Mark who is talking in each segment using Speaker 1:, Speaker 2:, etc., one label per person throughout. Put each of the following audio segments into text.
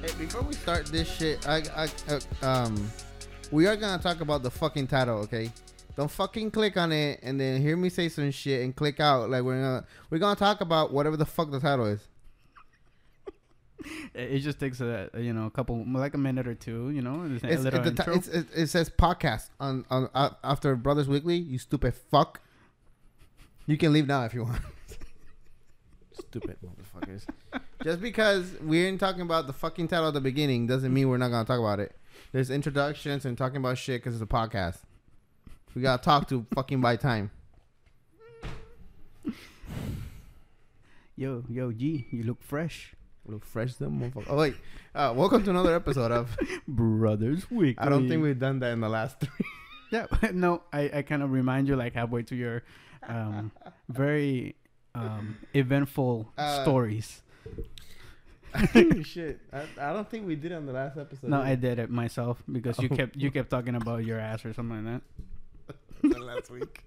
Speaker 1: Hey, before we start this shit, I, I, uh, um, we are gonna talk about the fucking title, okay? Don't fucking click on it and then hear me say some shit and click out. Like we're gonna, we're gonna talk about whatever the fuck the title is.
Speaker 2: It it just takes a you know a couple like a minute or two. You know, just a
Speaker 1: It's,
Speaker 2: little
Speaker 1: it, the ti-
Speaker 2: intro.
Speaker 1: it's, it, it says podcast on on uh, after Brothers Weekly. You stupid fuck. You can leave now if you want. stupid motherfuckers. Just because we ain't talking about the fucking title at the beginning doesn't mean we're not gonna talk about it. There's introductions and talking about shit because it's a podcast. We gotta talk to fucking by time.
Speaker 2: yo yo G, you look fresh,
Speaker 1: Look fresh, them motherfucker. Oh wait, uh, welcome to another episode of.
Speaker 2: brothers. Week.
Speaker 1: I don't think we've done that in the last three.
Speaker 2: Yeah, no, I, I kind of remind you like halfway to your um, very um, eventful
Speaker 1: Uh,
Speaker 2: stories.
Speaker 1: shit, I, I don't think we did on the last episode.
Speaker 2: No, I did it myself because
Speaker 1: Oh.
Speaker 2: you kept you kept talking about your ass or something like
Speaker 1: than last week.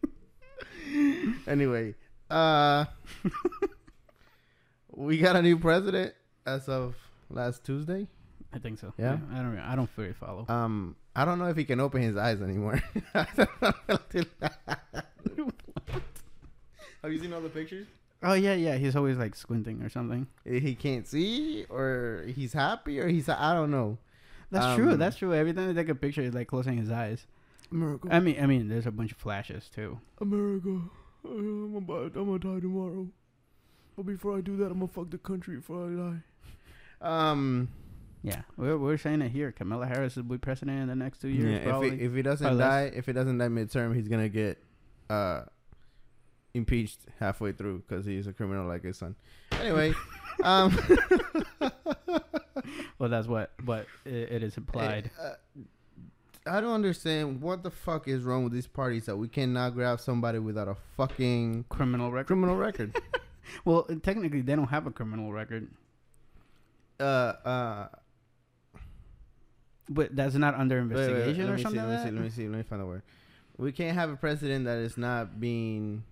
Speaker 1: anyway, uh, we got a new president as of last Tuesday.
Speaker 2: that. I think so.
Speaker 1: Yeah?
Speaker 2: I don't re- I don't fully follow.
Speaker 1: Um, I don't know if he can open his eyes anymore. Have you seen all the pictures?
Speaker 2: oh yeah, yeah, he's always like squinting or something.
Speaker 1: He can't see, or he's happy, or he's I don't know.
Speaker 2: That's true.
Speaker 1: Um,
Speaker 2: That's true. Every time they take a picture, he's like closing his eyes.
Speaker 1: America,
Speaker 2: I mean, I mean, there's a bunch of flashes too.
Speaker 3: America, I'm about, I'm gonna die tomorrow. But before I do that, I'm gonna fuck the country before I die.
Speaker 1: Um,
Speaker 2: Yeah, we're we're saying it here. Kamala Harris will be president in the next two years.
Speaker 1: yeah, if
Speaker 2: probably.
Speaker 1: he, if he doesn't
Speaker 2: Or
Speaker 1: die,
Speaker 2: less.
Speaker 1: if he doesn't die midterm, he's gonna get uh, impeached halfway through because he's a criminal like his son. Anyway, um,
Speaker 2: well, that's what, but it, it is implied.
Speaker 1: uh, I don't understand what the fuck is wrong with these parties that we cannot grab somebody without a fucking
Speaker 2: criminal record.
Speaker 1: criminal record.
Speaker 2: Well, technically, they don't have a criminal record,
Speaker 1: uh, uh,
Speaker 2: but that's not under
Speaker 1: wait, wait, wait,
Speaker 2: investigation
Speaker 1: let
Speaker 2: or
Speaker 1: me see,
Speaker 2: something.
Speaker 1: Let me
Speaker 2: like
Speaker 1: see. Let me
Speaker 2: that?
Speaker 1: see. Let me find the word. We can't have a president that is not being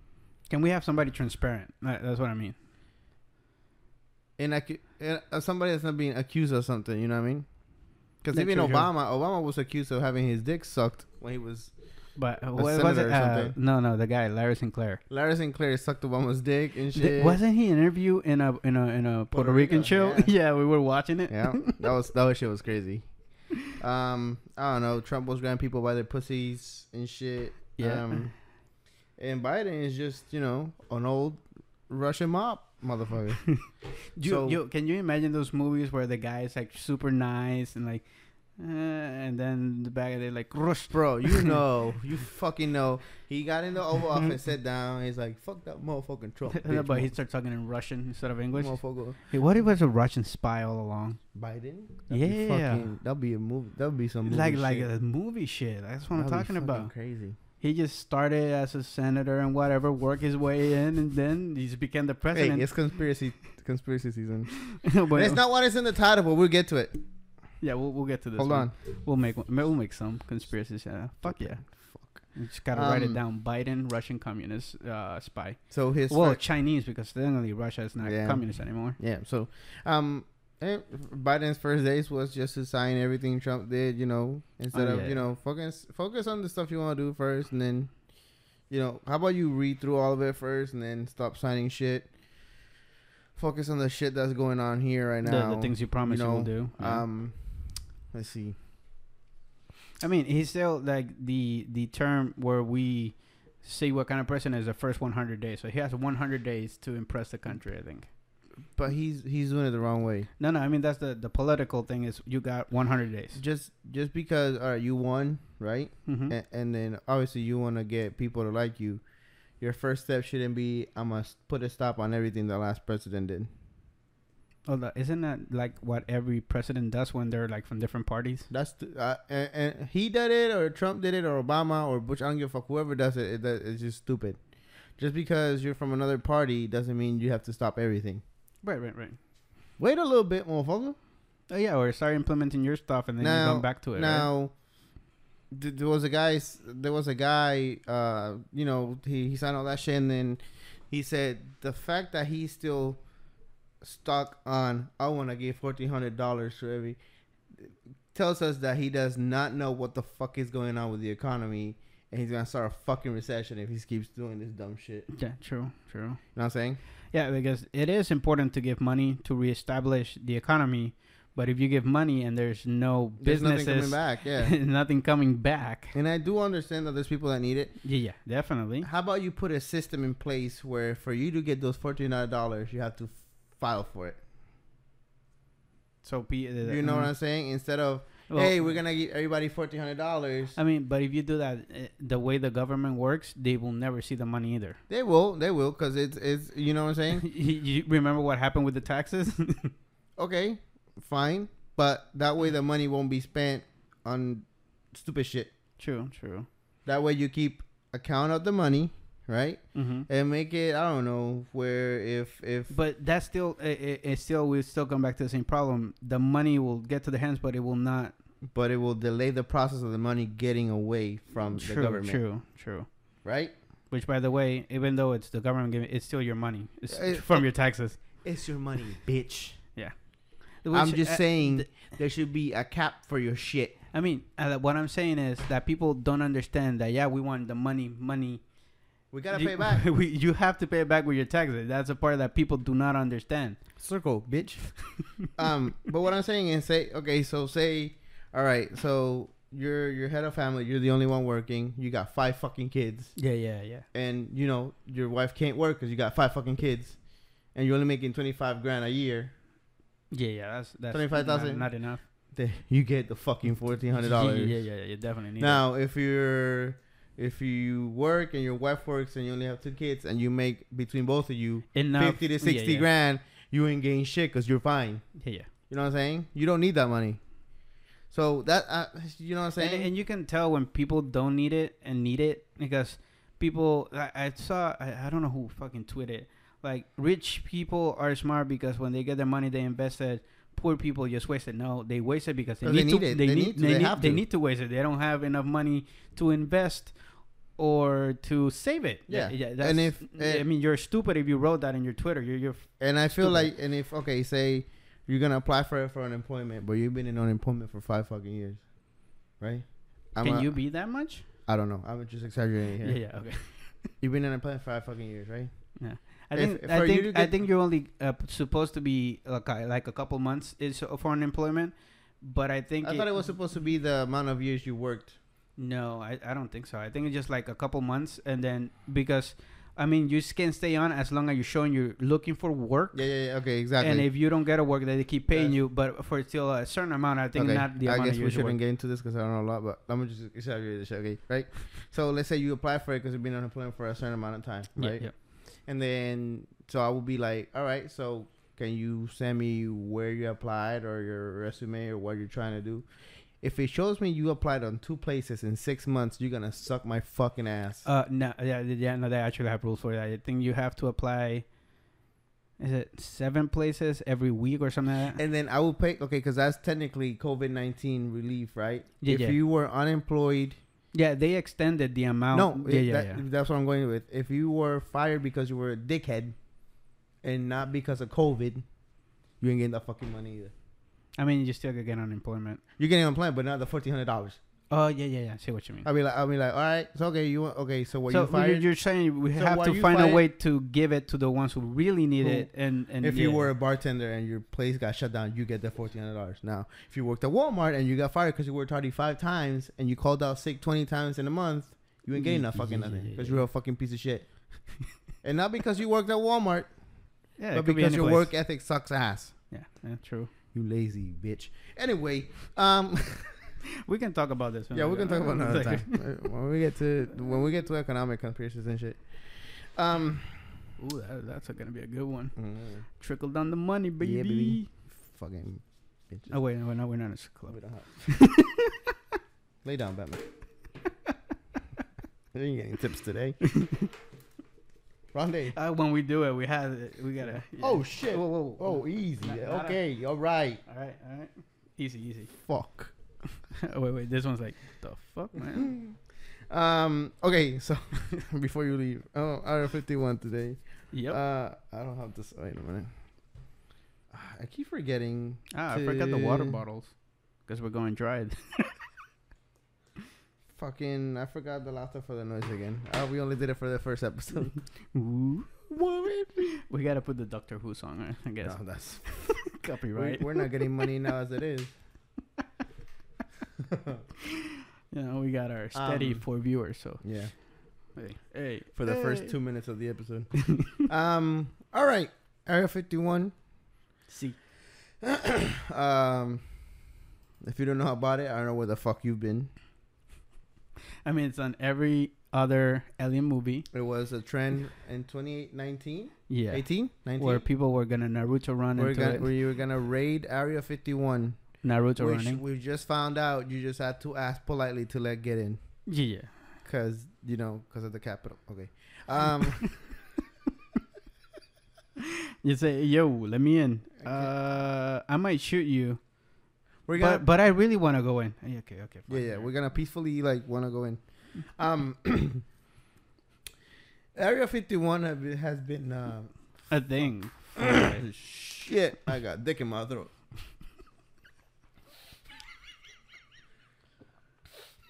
Speaker 2: Can we have somebody transparent? That- That's what I mean.
Speaker 1: inacu- in- uh, somebody that's not being accused of something. You know what I mean? Because
Speaker 2: Yeah,
Speaker 1: even
Speaker 2: sure, sure.
Speaker 1: Obama, Obama was accused of having his dick sucked when he was.
Speaker 2: But uh, what was
Speaker 1: senator
Speaker 2: it?
Speaker 1: or
Speaker 2: Uh,
Speaker 1: something.
Speaker 2: no, no, the guy Larry Sinclair.
Speaker 1: Larry Sinclair sucked Obama's dick and shit.
Speaker 2: Th- wasn't he an interview in a in a in a Puerto,
Speaker 1: Puerto
Speaker 2: Rican
Speaker 1: Rico,
Speaker 2: show?
Speaker 1: yeah.
Speaker 2: Yeah. we were watching it.
Speaker 1: Yeah, that was that was shit was crazy. Um, I don't know. Trump was grabbing people by their pussies and shit.
Speaker 2: Yeah.
Speaker 1: Um, and Biden is just you know an old Russian mob motherfucker.
Speaker 2: You,
Speaker 1: So-
Speaker 2: you- can you imagine those movies where the guy is like super nice and like, uh, and then the back of it like rush.
Speaker 1: Bro, you know, you fucking know. He got in the Oval Office, sat down. He's like, "Fuck that motherfucking Trump." bitch,
Speaker 2: but he starts talking in Russian instead of English.
Speaker 1: motherfucker.
Speaker 2: Hey, what if it was a Russian spy all along?
Speaker 1: Biden.
Speaker 2: Yeah.
Speaker 1: that'd be a movie. That'd be some movie
Speaker 2: Like like
Speaker 1: shit.
Speaker 2: a movie shit. That's what I'm
Speaker 1: That'd be
Speaker 2: talking
Speaker 1: fucking
Speaker 2: about.
Speaker 1: Crazy.
Speaker 2: He just started as a senator and whatever, work his way in, and then he just became the
Speaker 1: Hey,
Speaker 2: president.
Speaker 1: it's conspiracy conspiracy season.
Speaker 2: But-
Speaker 1: That's not what is in the title, but we'll get to it.
Speaker 2: yeah, we'll, we'll get to this.
Speaker 1: Hold
Speaker 2: one.
Speaker 1: on.
Speaker 2: we'll make one- we'll make some conspiracies. Uh, fuck yeah,
Speaker 1: Fuck.
Speaker 2: you just gotta write
Speaker 1: Um,
Speaker 2: it down. Biden, Russian communist uh, spy.
Speaker 1: So his
Speaker 2: well,
Speaker 1: fir-
Speaker 2: Chinese because technically Russia is not
Speaker 1: Yeah.
Speaker 2: communist anymore.
Speaker 1: yeah. So um, eh, Biden's first days was just to sign everything Trump did. You know, instead
Speaker 2: Oh,
Speaker 1: of
Speaker 2: yeah.
Speaker 1: you know focus focus on the stuff you want to do first, and then you know how about you read through all of it first, and then stop signing shit. Focus on the shit that's going on here right now.
Speaker 2: The, the things you promise you,
Speaker 1: know,
Speaker 2: will do. yeah.
Speaker 1: Um, let's see.
Speaker 2: I mean, he's still like the the term where we see what kind of person is the first 100 days. So he has 100 days to impress the country. I think.
Speaker 1: But he's he's doing it the wrong way.
Speaker 2: No, no. I mean, that's the the political thing is you got 100 days.
Speaker 1: Just just because all right, you won, right?
Speaker 2: Mhm.
Speaker 1: and, and then obviously you want to get people to like you. Your first step shouldn't be I must put a stop on everything the last president did.
Speaker 2: Hold on, isn't that like what every president does when they're like from different parties?
Speaker 1: That's the, uh, and, and he did it or Trump did it or Obama or Bush. I don't give a fuck whoever does it. it that- it's just stupid. Just because you're from another party doesn't mean you have to stop everything.
Speaker 2: Right, right, right.
Speaker 1: Wait a little bit, motherfucker.
Speaker 2: Oh yeah, or start implementing your stuff and then you
Speaker 1: Now-
Speaker 2: come back to it. right?
Speaker 1: Now, th- there was a guy. s- There was a guy. Uh, you know, he, he signed all that shit, and then he said the fact that he's still stuck on I want to give fourteen hundred dollars to every tells us that he does not know what the fuck is going on with the economy, and he's gonna start a fucking recession if he keeps doing this dumb shit. You
Speaker 2: Yeah, true, true.
Speaker 1: know what I'm saying?
Speaker 2: Yeah, because it is important to give money to reestablish the economy, but if you give money and there's no
Speaker 1: There's
Speaker 2: businesses,
Speaker 1: nothing coming back. Yeah.
Speaker 2: nothing coming back.
Speaker 1: And I do understand that there's people that need it.
Speaker 2: Yeah, yeah, definitely.
Speaker 1: How about you put a system in place where for you to get those fourteen dollars, you have to file for it.
Speaker 2: So, P-
Speaker 1: You know what I'm saying? Instead of
Speaker 2: mm-hmm. Well-
Speaker 1: hey, we're gonna give everybody fourteen hundred dollars.
Speaker 2: I mean, but if you do that, eh, the way the government works, they will never see the money either.
Speaker 1: They will, they will, cause it's it's you know what I'm saying.
Speaker 2: you you remember what happened with the taxes?
Speaker 1: Okay, fine, but that way the money won't be spent on stupid shit.
Speaker 2: true, true.
Speaker 1: That way you keep account of the money, right?
Speaker 2: hmm
Speaker 1: And make it I don't know where if if
Speaker 2: But that's still, it, it, it's still, we still come back to the same problem. The money will get to the hands, but it will not.
Speaker 1: but it will delay the process of the money getting away from the
Speaker 2: True,
Speaker 1: government,
Speaker 2: true, true.
Speaker 1: right?
Speaker 2: Which, by the way, even though it's the government giving, it's still your money. It's
Speaker 1: Uh,
Speaker 2: from your taxes.
Speaker 1: It's your money, bitch. I'm
Speaker 2: Which,
Speaker 1: just
Speaker 2: uh,
Speaker 1: saying there should be a cap for your shit.
Speaker 2: I mean, uh, what I'm saying is that people don't understand that. Yeah, we want the money, money.
Speaker 1: We gotta
Speaker 2: You-
Speaker 1: pay back.
Speaker 2: we, you have to pay it back with your taxes. That's a part that people do not understand.
Speaker 1: Circle, bitch. um, but what I'm saying is, say okay, so say, all right, so you're you're head of family, you're the only one working, you got five fucking kids,
Speaker 2: Yeah, yeah, yeah.
Speaker 1: and you know your wife can't work because you got five fucking kids, and you're only making twenty five grand a year.
Speaker 2: Yeah, yeah, that's that's
Speaker 1: $25,000.
Speaker 2: Not, not enough.
Speaker 1: Then you get the fucking fourteen hundred
Speaker 2: Yeah,
Speaker 1: dollars.
Speaker 2: Yeah, yeah, yeah, you definitely need.
Speaker 1: Now, if you're if you work and your wife works and you only have two kids and you make between both of you
Speaker 2: it. enough
Speaker 1: fifty
Speaker 2: yeah,
Speaker 1: to sixty
Speaker 2: yeah.
Speaker 1: grand, you ain't getting shit because you're fine.
Speaker 2: Yeah, yeah.
Speaker 1: You know what I'm saying? You don't need that money. So that uh, you know what I'm saying?
Speaker 2: And, and you can tell when people don't need it and need it because people. I, I saw. I, I don't know who fucking tweeted. Like rich people are smart because when they get their money, they invest it. Poor people just waste it. No, they waste it because they,
Speaker 1: Because
Speaker 2: need, to, it. They, need,
Speaker 1: to.
Speaker 2: They,
Speaker 1: They
Speaker 2: need,
Speaker 1: have
Speaker 2: they
Speaker 1: to.
Speaker 2: need to waste it. They don't have enough money to invest or to save it.
Speaker 1: Yeah.
Speaker 2: yeah.
Speaker 1: And
Speaker 2: That's,
Speaker 1: if- eh,
Speaker 2: I mean you're stupid if you wrote that in your Twitter, you're you're
Speaker 1: and I feel
Speaker 2: Stupid.
Speaker 1: like, and if okay, say you're gonna apply for for unemployment, but you've been in unemployment for five fucking years, right? I'm
Speaker 2: can
Speaker 1: a-
Speaker 2: you be that much?
Speaker 1: I don't know. I'm just exaggerating here.
Speaker 2: Yeah, yeah, okay.
Speaker 1: You've been in unemployment for five fucking years, right?
Speaker 2: I
Speaker 1: If-
Speaker 2: think
Speaker 1: if
Speaker 2: I
Speaker 1: for you
Speaker 2: think
Speaker 1: to
Speaker 2: I
Speaker 1: get-
Speaker 2: think you're only uh, p- supposed to be like a, like a couple months is for unemployment, but I think
Speaker 1: I thought it was supposed to be the amount of years you worked.
Speaker 2: no, I, I don't think so. I think it's just like a couple months, and then because I mean you s- can stay on as long as you're showing you're looking for work,
Speaker 1: Yeah, yeah, yeah. Okay, exactly.
Speaker 2: and if you don't get a work, then they keep paying
Speaker 1: Yes.
Speaker 2: you, but for still a certain amount. I think
Speaker 1: okay.
Speaker 2: not the
Speaker 1: I
Speaker 2: amount
Speaker 1: guess
Speaker 2: of
Speaker 1: we
Speaker 2: years you
Speaker 1: shouldn't
Speaker 2: work.
Speaker 1: get into this because I don't know a lot, but I'm gonna just exaggerate this. shit, Okay, right? So let's say you apply for it because you've been unemployment for a certain amount of time,
Speaker 2: Yeah,
Speaker 1: right?
Speaker 2: yeah.
Speaker 1: And then, so I would be like, all right, so can you send me where you applied or your resume or what you're trying to do? If it shows me you applied on two places in six months, you're gonna suck my fucking ass.
Speaker 2: Uh, no, yeah, th- yeah, no, they actually have rules for that. I think you have to apply. Is it seven places every week or something like that?
Speaker 1: and then I will pay, okay, because that's technically COVID 19 relief, right?
Speaker 2: Yeah,
Speaker 1: if
Speaker 2: yeah.
Speaker 1: you were unemployed,
Speaker 2: Yeah, they extended the amount.
Speaker 1: no,
Speaker 2: yeah,
Speaker 1: it-
Speaker 2: yeah,
Speaker 1: that-
Speaker 2: yeah.
Speaker 1: that's what I'm going with. If you were fired because you were a dickhead and not because of COVID, you ain't getting that fucking money either.
Speaker 2: I mean, you still could get unemployment.
Speaker 1: You're getting unemployment, but not the $1,400.
Speaker 2: Oh yeah, yeah, yeah. I See what you mean.
Speaker 1: I'll be like, I'll be like, all right, so okay, you want, okay, so Uh, what
Speaker 2: so
Speaker 1: you
Speaker 2: you're-
Speaker 1: fired?
Speaker 2: you're saying we
Speaker 1: So
Speaker 2: have
Speaker 1: were
Speaker 2: to
Speaker 1: you
Speaker 2: find a
Speaker 1: fired?
Speaker 2: way to give it to the ones who really need
Speaker 1: Who-
Speaker 2: it, and and
Speaker 1: if
Speaker 2: yeah.
Speaker 1: you were a bartender and your place got shut down, you get the fourteen hundred dollars. Now, if you worked at Walmart and you got fired because you worked thirty five times and you called out sick twenty times in a month, you ain't getting
Speaker 2: Ye-
Speaker 1: no fucking
Speaker 2: yeah,
Speaker 1: nothing
Speaker 2: yeah,
Speaker 1: because
Speaker 2: yeah.
Speaker 1: you're a fucking piece of shit. and not because you worked at Walmart,
Speaker 2: yeah, it
Speaker 1: but
Speaker 2: could be
Speaker 1: because
Speaker 2: any
Speaker 1: your
Speaker 2: place.
Speaker 1: work ethic sucks ass.
Speaker 2: Yeah, yeah, true.
Speaker 1: You lazy bitch. Anyway, um,
Speaker 2: We can talk about this. when
Speaker 1: yeah,
Speaker 2: we
Speaker 1: we can
Speaker 2: go-
Speaker 1: talk about another
Speaker 2: it's like-
Speaker 1: time Uh, when we get to when we get to economic conspiracies and shit. Um,
Speaker 2: Ooh, that, that's gonna be a good one.
Speaker 1: mm,
Speaker 2: Trickle down the money, baby.
Speaker 1: Yeah, baby. fucking bitches.
Speaker 2: Oh wait, no, no, we're not in a club.
Speaker 1: We don't have. Lay down, Batman. you ain't getting tips today. Rondé.
Speaker 2: Uh, when we do it, we have it. We gotta. yeah.
Speaker 1: Oh shit.
Speaker 2: Whoa, whoa, whoa.
Speaker 1: Oh, easy.
Speaker 2: Not- not a-
Speaker 1: okay, all right.
Speaker 2: All right, all right. Easy, easy.
Speaker 1: Fuck.
Speaker 2: wait, wait. This one's like the fuck, man.
Speaker 1: Um. Okay. So before you leave, oh, hour fifty-one today.
Speaker 2: yep.
Speaker 1: Uh, I don't have this. Wait a minute. Ah, I keep forgetting.
Speaker 2: ah, I forgot the water
Speaker 1: to-
Speaker 2: bottles because we're going dry.
Speaker 1: Fucking, I forgot the laughter for the noise again. Uh, we only did it for the first episode.
Speaker 2: Ooh. We gotta put the Doctor Who song. right? I guess
Speaker 1: No, that's
Speaker 2: copyright.
Speaker 1: We, are not getting money now as it is.
Speaker 2: you know, we got our steady
Speaker 1: Um,
Speaker 2: for viewers. So
Speaker 1: Yeah,
Speaker 2: hey, hey.
Speaker 1: for the
Speaker 2: Hey.
Speaker 1: first two minutes of the episode. um. All right, Area 51.
Speaker 2: see,
Speaker 1: Um. If you don't know about it, I don't know where the fuck you've been.
Speaker 2: I mean, it's on every other alien movie.
Speaker 1: It was a trend in 2019,
Speaker 2: Yeah.
Speaker 1: 18, 19.
Speaker 2: Where people were gonna Naruto run
Speaker 1: We're
Speaker 2: into
Speaker 1: gonna,
Speaker 2: it.
Speaker 1: where you were gonna raid Area 51,
Speaker 2: Naruto
Speaker 1: which
Speaker 2: running.
Speaker 1: we just found out you just had to ask politely to let get in,
Speaker 2: Yeah. yeah.
Speaker 1: cause you know, cause of the capital. Okay. Um.
Speaker 2: You say, "Yo, let me in.
Speaker 1: Okay.
Speaker 2: Uh, I might shoot you,
Speaker 1: We're gonna.
Speaker 2: but but I really want to go in." Yeah, Okay, okay.
Speaker 1: yeah,
Speaker 2: fine.
Speaker 1: yeah. We're gonna peacefully like wanna go in. Um. Area 51 have been- has been. Uh,
Speaker 2: a thing. for-
Speaker 1: shit, I got dick in my throat.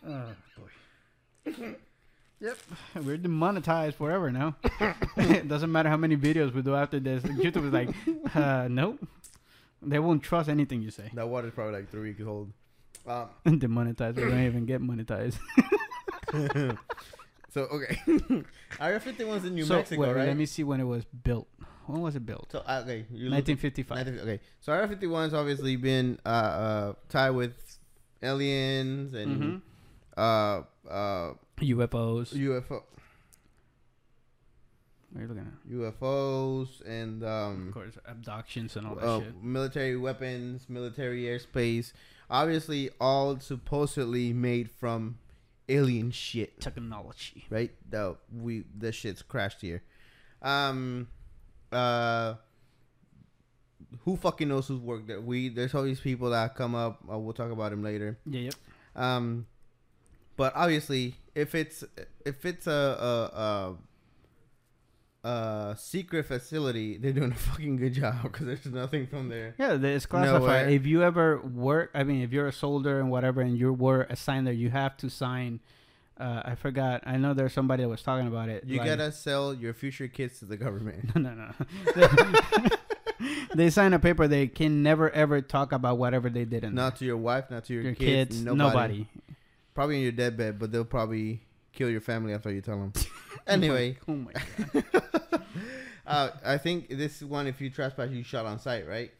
Speaker 2: oh boy. Yep, we're demonetized forever now. it doesn't matter how many videos we do after this. YouTube is like, uh, nope. They won't trust anything you say.
Speaker 1: That water's probably like three weeks old. Um.
Speaker 2: demonetized. We don't even get monetized.
Speaker 1: So okay, Area 51's in New
Speaker 2: so
Speaker 1: Mexico,
Speaker 2: wait, wait,
Speaker 1: right?
Speaker 2: let me see when it was built. When was it built?
Speaker 1: so uh, okay, you look-
Speaker 2: 1955.
Speaker 1: 1950 okay, so Area 51's obviously been uh, uh tied with aliens and
Speaker 2: Mhm.
Speaker 1: uh uh
Speaker 2: UFOs.
Speaker 1: UFO
Speaker 2: What are you looking at?
Speaker 1: UFOs and
Speaker 2: Of
Speaker 1: um
Speaker 2: course, abductions and all that
Speaker 1: uh,
Speaker 2: shit.
Speaker 1: military weapons, military airspace. Obviously, all supposedly made from alien shit.
Speaker 2: Technology.
Speaker 1: right? The we the shit's crashed here. Um, uh, who fucking knows who's worked there? We there's all these people that come up. Uh, we'll talk about them later.
Speaker 2: Yeah, yep.
Speaker 1: Um, but obviously, if it's if it's a a, a, a secret facility, they're doing a fucking good job because there's nothing from there.
Speaker 2: Yeah, th- it's classified.
Speaker 1: Nowhere.
Speaker 2: if you ever work, I mean, if you're a soldier and whatever, and you were assigned there, you have to sign. Uh, I forgot. I know there's somebody that was talking about it.
Speaker 1: You
Speaker 2: like-
Speaker 1: gotta sell your future kids to the government.
Speaker 2: No, no. they sign a paper. They can never ever talk about whatever they did in
Speaker 1: Not to your wife, not to your,
Speaker 2: there. your
Speaker 1: kids,
Speaker 2: kids,
Speaker 1: nobody.
Speaker 2: nobody.
Speaker 1: Probably in your deathbed, but they'll probably kill your family after you tell them. anyway,
Speaker 2: Oh my God.
Speaker 1: uh, I think this one, if you trespass, you shot on sight, right?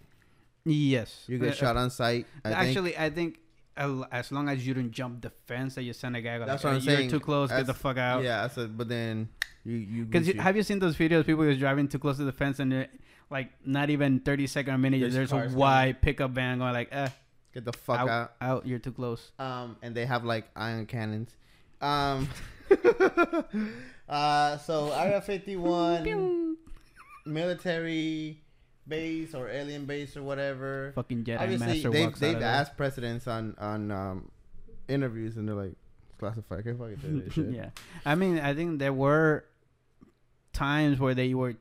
Speaker 2: Yes.
Speaker 1: You get
Speaker 2: Uh,
Speaker 1: shot on sight. I think.
Speaker 2: Actually, I think al- as long as you don't jump the fence, that you send a guy. go
Speaker 1: That's
Speaker 2: like,
Speaker 1: what I'm
Speaker 2: "Hey, you're
Speaker 1: saying.
Speaker 2: Too close. get the
Speaker 1: That's-
Speaker 2: fuck out.
Speaker 1: Yeah, I said, but then you you.
Speaker 2: Because
Speaker 1: Gucci.
Speaker 2: have you seen those videos? People who's driving too close to the fence and they're, like not even thirty second a minute.
Speaker 1: There's
Speaker 2: There's,
Speaker 1: cars
Speaker 2: a wide pickup van going like, eh,
Speaker 1: get the fuck out.
Speaker 2: out, you're too close.
Speaker 1: Um, and they have like iron cannons. Um. uh, so Area 51 military base or alien base or whatever.
Speaker 2: Fucking Jedi
Speaker 1: Obviously,
Speaker 2: Master
Speaker 1: they've,
Speaker 2: walks out
Speaker 1: they've
Speaker 2: of
Speaker 1: asked presidents on on um, interviews, and they're like, "It's classified. I can't fucking tell you
Speaker 2: there.
Speaker 1: this shit."
Speaker 2: yeah, I mean, I think there were times where they were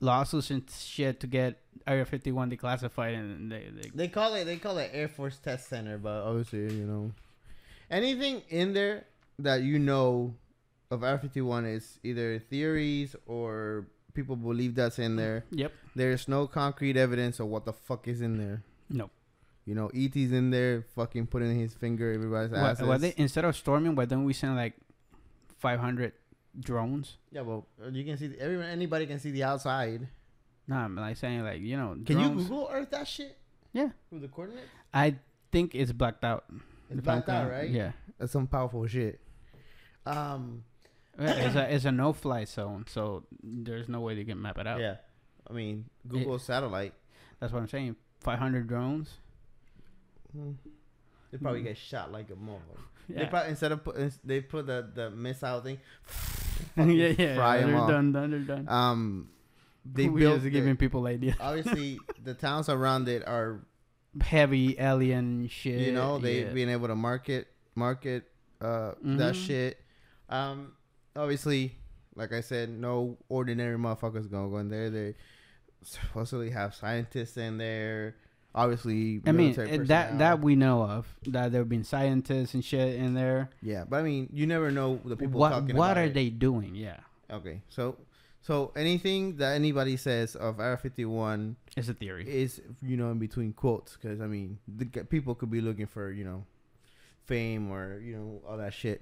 Speaker 2: lawsuits and shit to get Area 51 declassified, and they, they
Speaker 1: They call it they call it Air Force Test Center, but obviously you know anything in there that you know of Air Fifty One is either theories or people believe that's in there.
Speaker 2: yep,
Speaker 1: There's no concrete evidence of what the fuck is in there.
Speaker 2: no.
Speaker 1: You know, ET's in there, fucking putting his finger in everybody's
Speaker 2: Why,
Speaker 1: asses.
Speaker 2: why they, instead of storming, why don't we send like 500 drones?
Speaker 1: yeah, well, you can see everyone. Anybody can see the outside.
Speaker 2: Nah, I'm like saying like you know.
Speaker 1: Can you
Speaker 2: drones-
Speaker 1: Google Earth that shit?
Speaker 2: Yeah.
Speaker 1: With the coordinates,
Speaker 2: I think it's blacked out.
Speaker 1: it's
Speaker 2: If I'm
Speaker 1: blacked out,
Speaker 2: correct.
Speaker 1: right?
Speaker 2: Yeah.
Speaker 1: that's some powerful shit. Um.
Speaker 2: It's a, it's a no fly zone, so there's no way they can map it out.
Speaker 1: Yeah. I mean, Google satellite.
Speaker 2: That's what I'm saying. 500 drones.
Speaker 1: They probably
Speaker 2: Mm.
Speaker 1: get shot like a mother. They
Speaker 2: Hmm. Yeah.
Speaker 1: probably instead of put, ins- they put the the missile thing.
Speaker 2: yeah, yeah,
Speaker 1: fry
Speaker 2: yeah.
Speaker 1: 'em
Speaker 2: They're
Speaker 1: all.
Speaker 2: done, done, they're done.
Speaker 1: Um, they
Speaker 2: we
Speaker 1: built
Speaker 2: just
Speaker 1: the-
Speaker 2: giving people ideas.
Speaker 1: obviously the towns around it are
Speaker 2: Heavy alien shit.
Speaker 1: you know they've
Speaker 2: yeah.
Speaker 1: been able to market market uh that
Speaker 2: Mhm.
Speaker 1: shit um obviously like i said no ordinary motherfuckers gonna go in there they supposedly have scientists in there obviously
Speaker 2: I mean
Speaker 1: military
Speaker 2: eh, that that
Speaker 1: personnel.
Speaker 2: we know of that there have been scientists and shit in there.
Speaker 1: yeah but i mean you never know the people
Speaker 2: What
Speaker 1: talking
Speaker 2: what
Speaker 1: about
Speaker 2: are
Speaker 1: it.
Speaker 2: they doing? Yeah,
Speaker 1: okay so so anything that anybody says of Area 51
Speaker 2: it's a theory.
Speaker 1: is you know in between quotes because I mean the g- people could be looking for you know fame or you know all that shit.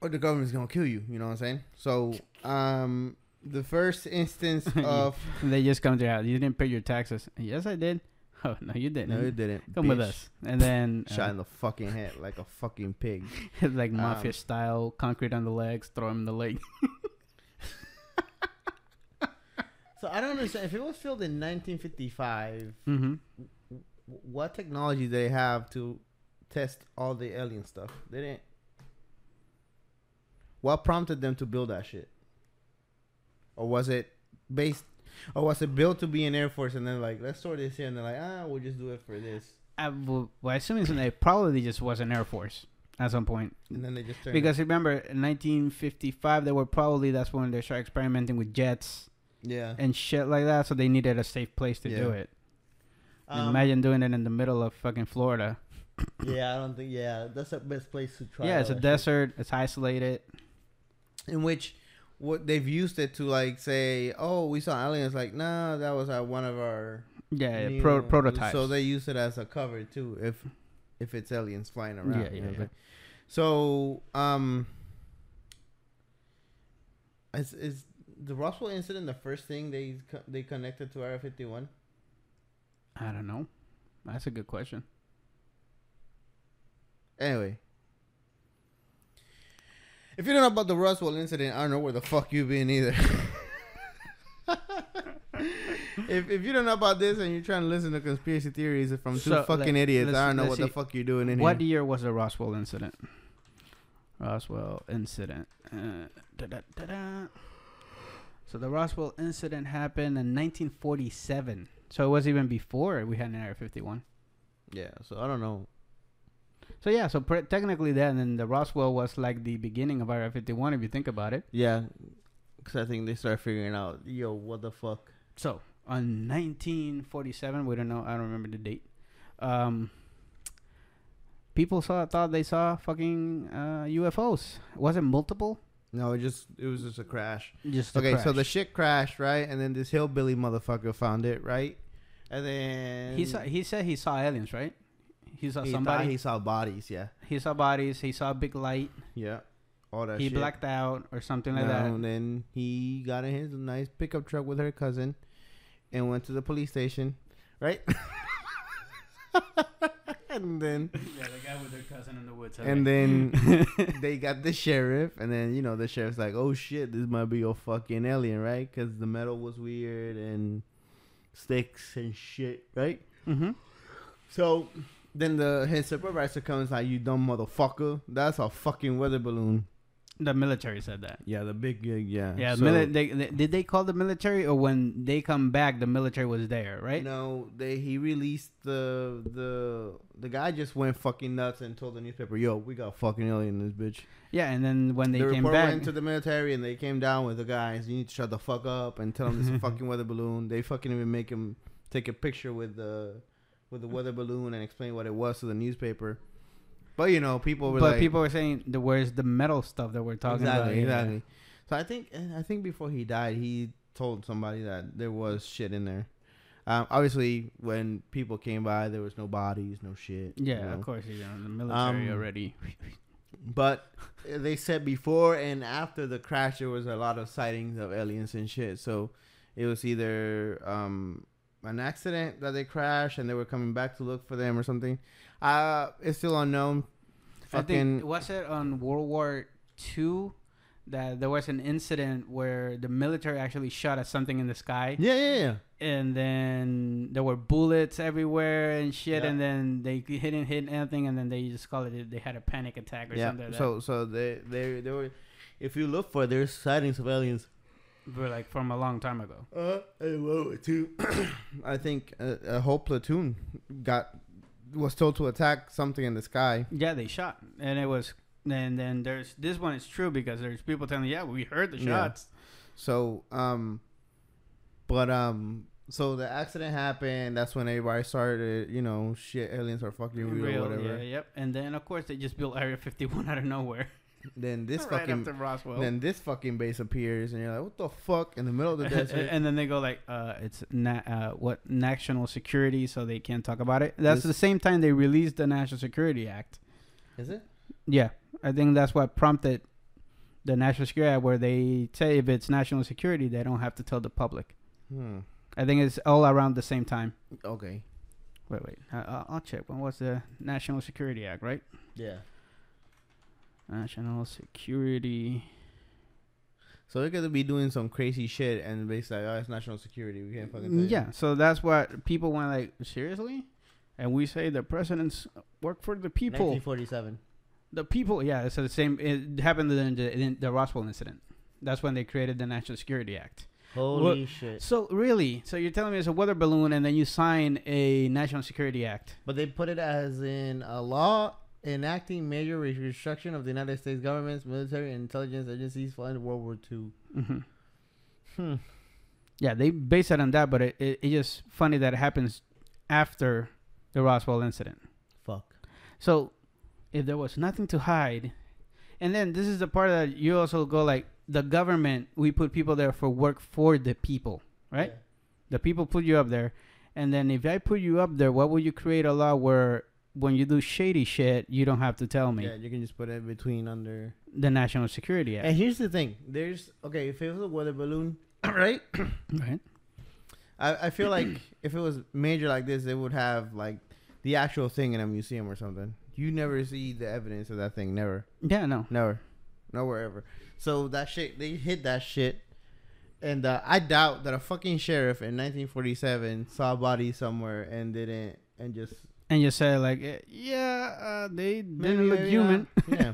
Speaker 1: Or the government's gonna kill you. You know what I'm saying? So um, the first instance of
Speaker 2: And they just come to your house. You didn't pay your taxes. Yes, I did. Oh no, you didn't.
Speaker 1: no, it didn't.
Speaker 2: come with
Speaker 1: bitch.
Speaker 2: us, and then uh,
Speaker 1: Shot in the fucking head like a fucking pig.
Speaker 2: like mafia
Speaker 1: Um,
Speaker 2: style, concrete on the legs, throw him in the lake.
Speaker 1: So I don't understand. If it was filmed in 1955,
Speaker 2: hmm
Speaker 1: what technology they have to test all the alien stuff? They didn't. What prompted them to build that shit? Or was it based? Or was it built to be an air force and then like let's throw this here and they're like ah we'll just do it for this
Speaker 2: I, well, I assume it's they probably just was an air force at some point.
Speaker 1: and then they just turn
Speaker 2: Because remember, in 1955, they were probably that's when they started experimenting with jets
Speaker 1: it. yeah
Speaker 2: and shit like that. So they needed a safe place to do
Speaker 1: Uh-huh. Yeah.
Speaker 2: it.
Speaker 1: um,
Speaker 2: Imagine doing it in the middle of fucking Florida.
Speaker 1: yeah I don't think yeah that's the best place to try
Speaker 2: Yeah, it's
Speaker 1: all
Speaker 2: a
Speaker 1: that shit.
Speaker 2: desert. It's isolated.
Speaker 1: in which what they've used it to like say oh we saw aliens like nah that was at one of our
Speaker 2: Yeah,
Speaker 1: new-
Speaker 2: pro- prototypes.
Speaker 1: So they use it as a cover too, if if it's aliens flying around.
Speaker 2: Yeah,
Speaker 1: you
Speaker 2: yeah,
Speaker 1: know what I'm
Speaker 2: yeah.
Speaker 1: saying? So um, is is the Roswell incident the first thing they co- they connected to Area 51?
Speaker 2: I don't know. That's a good question.
Speaker 1: Anyway. If you don't know about the Roswell incident, I don't know where the fuck you been either. if, if you don't know about this and you're trying to listen to conspiracy theories from two
Speaker 2: So, let-
Speaker 1: fucking idiots, I
Speaker 2: let's-
Speaker 1: don't know
Speaker 2: let's
Speaker 1: what the
Speaker 2: see.
Speaker 1: fuck you're doing in here.
Speaker 2: What year was the Roswell incident? Roswell incident. Uh, da-da-da-da. So the Roswell incident happened in 1947. So it was even before we had an Area 51.
Speaker 1: Yeah, so I don't know.
Speaker 2: So yeah, so pre- technically then, and the Roswell was like the beginning of Area 51 if you think about it.
Speaker 1: Yeah, because I think they start figuring out, yo, what the fuck?
Speaker 2: So on 1947, we don't know. I don't remember the date. Um, people saw thought they saw fucking uh, UFOs. Was it multiple?
Speaker 1: No, it just it was just a crash.
Speaker 2: Just
Speaker 1: okay, so the shit crashed, right? And then this hillbilly motherfucker found it, right? And then
Speaker 2: he saw, he said he saw aliens, right? He saw
Speaker 1: he
Speaker 2: somebody.
Speaker 1: thought he saw bodies. Yeah,
Speaker 2: he saw bodies. He saw a big light.
Speaker 1: yeah, all that.
Speaker 2: he
Speaker 1: Oh, shit.
Speaker 2: blacked out or something like
Speaker 1: No,
Speaker 2: that.
Speaker 1: And then he got in his nice pickup truck with her cousin, and went to the police station, right? and then
Speaker 2: Yeah, the guy with their cousin in the woods.
Speaker 1: And then they got the sheriff, and then you know the sheriff's like, "Oh shit, this might be your fucking alien, right? Because the metal was weird and sticks and shit, right?"
Speaker 2: mm-hmm.
Speaker 1: So then the his supervisor comes like, "You dumb motherfucker, that's a fucking weather balloon."
Speaker 2: the military said that.
Speaker 1: Yeah, the big gig, yeah,
Speaker 2: Yeah,
Speaker 1: So,
Speaker 2: mili- they, they, did they call the military or when they come back, the military was there, right?
Speaker 1: No, they he released the the the guy just went fucking nuts and told the newspaper, "Yo, we got a fucking alien in this bitch."
Speaker 2: Yeah, and then when they
Speaker 1: the
Speaker 2: came
Speaker 1: report
Speaker 2: back,
Speaker 1: went to the military and they came down with the guys. You need to shut the fuck up and tell them this is a fucking weather balloon. They fucking even make him take a picture with the with the weather balloon and explain what it was to the newspaper. But you know, people were
Speaker 2: but
Speaker 1: like,
Speaker 2: people were saying the where's the metal stuff that we're talking about.
Speaker 1: exactly,
Speaker 2: Yeah.
Speaker 1: exactly. So I think and I think before he died, he told somebody that there was shit in there. Um, obviously, when people came by, there was no bodies, no shit. you
Speaker 2: Yeah,
Speaker 1: know.
Speaker 2: of course. You know, the military
Speaker 1: Um,
Speaker 2: already.
Speaker 1: But they said before and after the crash, there was a lot of sightings of aliens and shit. So it was either um, an accident that they crashed and they were coming back to look for them or something. Uh, it's still unknown.
Speaker 2: I think
Speaker 1: Fucking
Speaker 2: was it on World War Two that there was an incident where the military actually shot at something in the sky,
Speaker 1: Yeah, yeah, yeah.
Speaker 2: and then there were bullets everywhere and shit,
Speaker 1: Yeah.
Speaker 2: and then they didn't hit anything, and then they just call it they had a panic attack or
Speaker 1: yeah.
Speaker 2: something. Like
Speaker 1: so
Speaker 2: so
Speaker 1: so they they they were, if you look for, it, they're sightings of aliens.
Speaker 2: that. But, like from a long time ago.
Speaker 1: Uh, hello, two. I think a, a whole platoon got was told to attack something in the sky.
Speaker 2: Yeah, they shot, and it was, and then there's this one is true because there's people telling, yeah, we heard the
Speaker 1: Yeah.
Speaker 2: shots.
Speaker 1: So um, but um, so the accident happened. That's when everybody started, you know, shit, aliens are fucking real,
Speaker 2: Real,
Speaker 1: or whatever.
Speaker 2: Yeah, yep. And then of course they just built Area 51 out of nowhere.
Speaker 1: Then this
Speaker 2: right
Speaker 1: fucking
Speaker 2: after Roswell.
Speaker 1: then this fucking base appears, and you're like, what the fuck in the middle of the desert?
Speaker 2: and then they go like, uh, it's na- uh, what national security, so they can't talk about it. That's
Speaker 1: This-
Speaker 2: the same time they released the National Security Act.
Speaker 1: Is it?
Speaker 2: Yeah, I think that's what prompted the National Security Act, where they say if it's national security, they don't have to tell the public.
Speaker 1: Hmm.
Speaker 2: I think it's all around the same time.
Speaker 1: Okay.
Speaker 2: Wait, wait, I- I- I'll check. When was the National Security Act? Right,
Speaker 1: Yeah.
Speaker 2: National Security.
Speaker 1: So they're gonna be doing some crazy shit, and basically, oh, it's national security. We can't fucking. tell you."
Speaker 2: Yeah, so that's what people went like seriously, and we say the presidents work for the people.
Speaker 1: 1947.
Speaker 2: The people, yeah. So the same. It happened in the, in the Roswell incident. That's when they created the National Security Act.
Speaker 1: Holy shit!
Speaker 2: So really, so you're telling me it's a weather balloon, and then you sign a National Security Act.
Speaker 1: But they put it as in a law enacting major restriction of the United States government's military and intelligence agencies following World War II.
Speaker 2: hmm
Speaker 1: Hmm.
Speaker 2: Yeah, they base it on that, but it, it, it just funny that it happens after the Roswell incident.
Speaker 1: Fuck.
Speaker 2: So if there was nothing to hide, and then this is the part that you also go like the government, we put people there for work for the people, right? The people put you up there. And then if I put you up there, what will you create a law where when you do shady shit, you don't have to tell me
Speaker 1: Yeah, you can just put it between under.
Speaker 2: the National Security Act,
Speaker 1: And here's the thing: there's okay if it was a weather balloon, right?
Speaker 2: right?
Speaker 1: I, I feel like if it was major like this, they would have like the actual thing in a museum or something. You never see the evidence of that thing. Never.
Speaker 2: Yeah, no.
Speaker 1: Never. Nowhere ever. So that shit, they hid that shit. And uh, I doubt that a fucking sheriff in 1947 saw a body somewhere and didn't, and just.
Speaker 2: And you say like, eh, yeah, uh, they didn't
Speaker 1: Maybe-
Speaker 2: look
Speaker 1: maybe
Speaker 2: human.
Speaker 1: not. Yeah.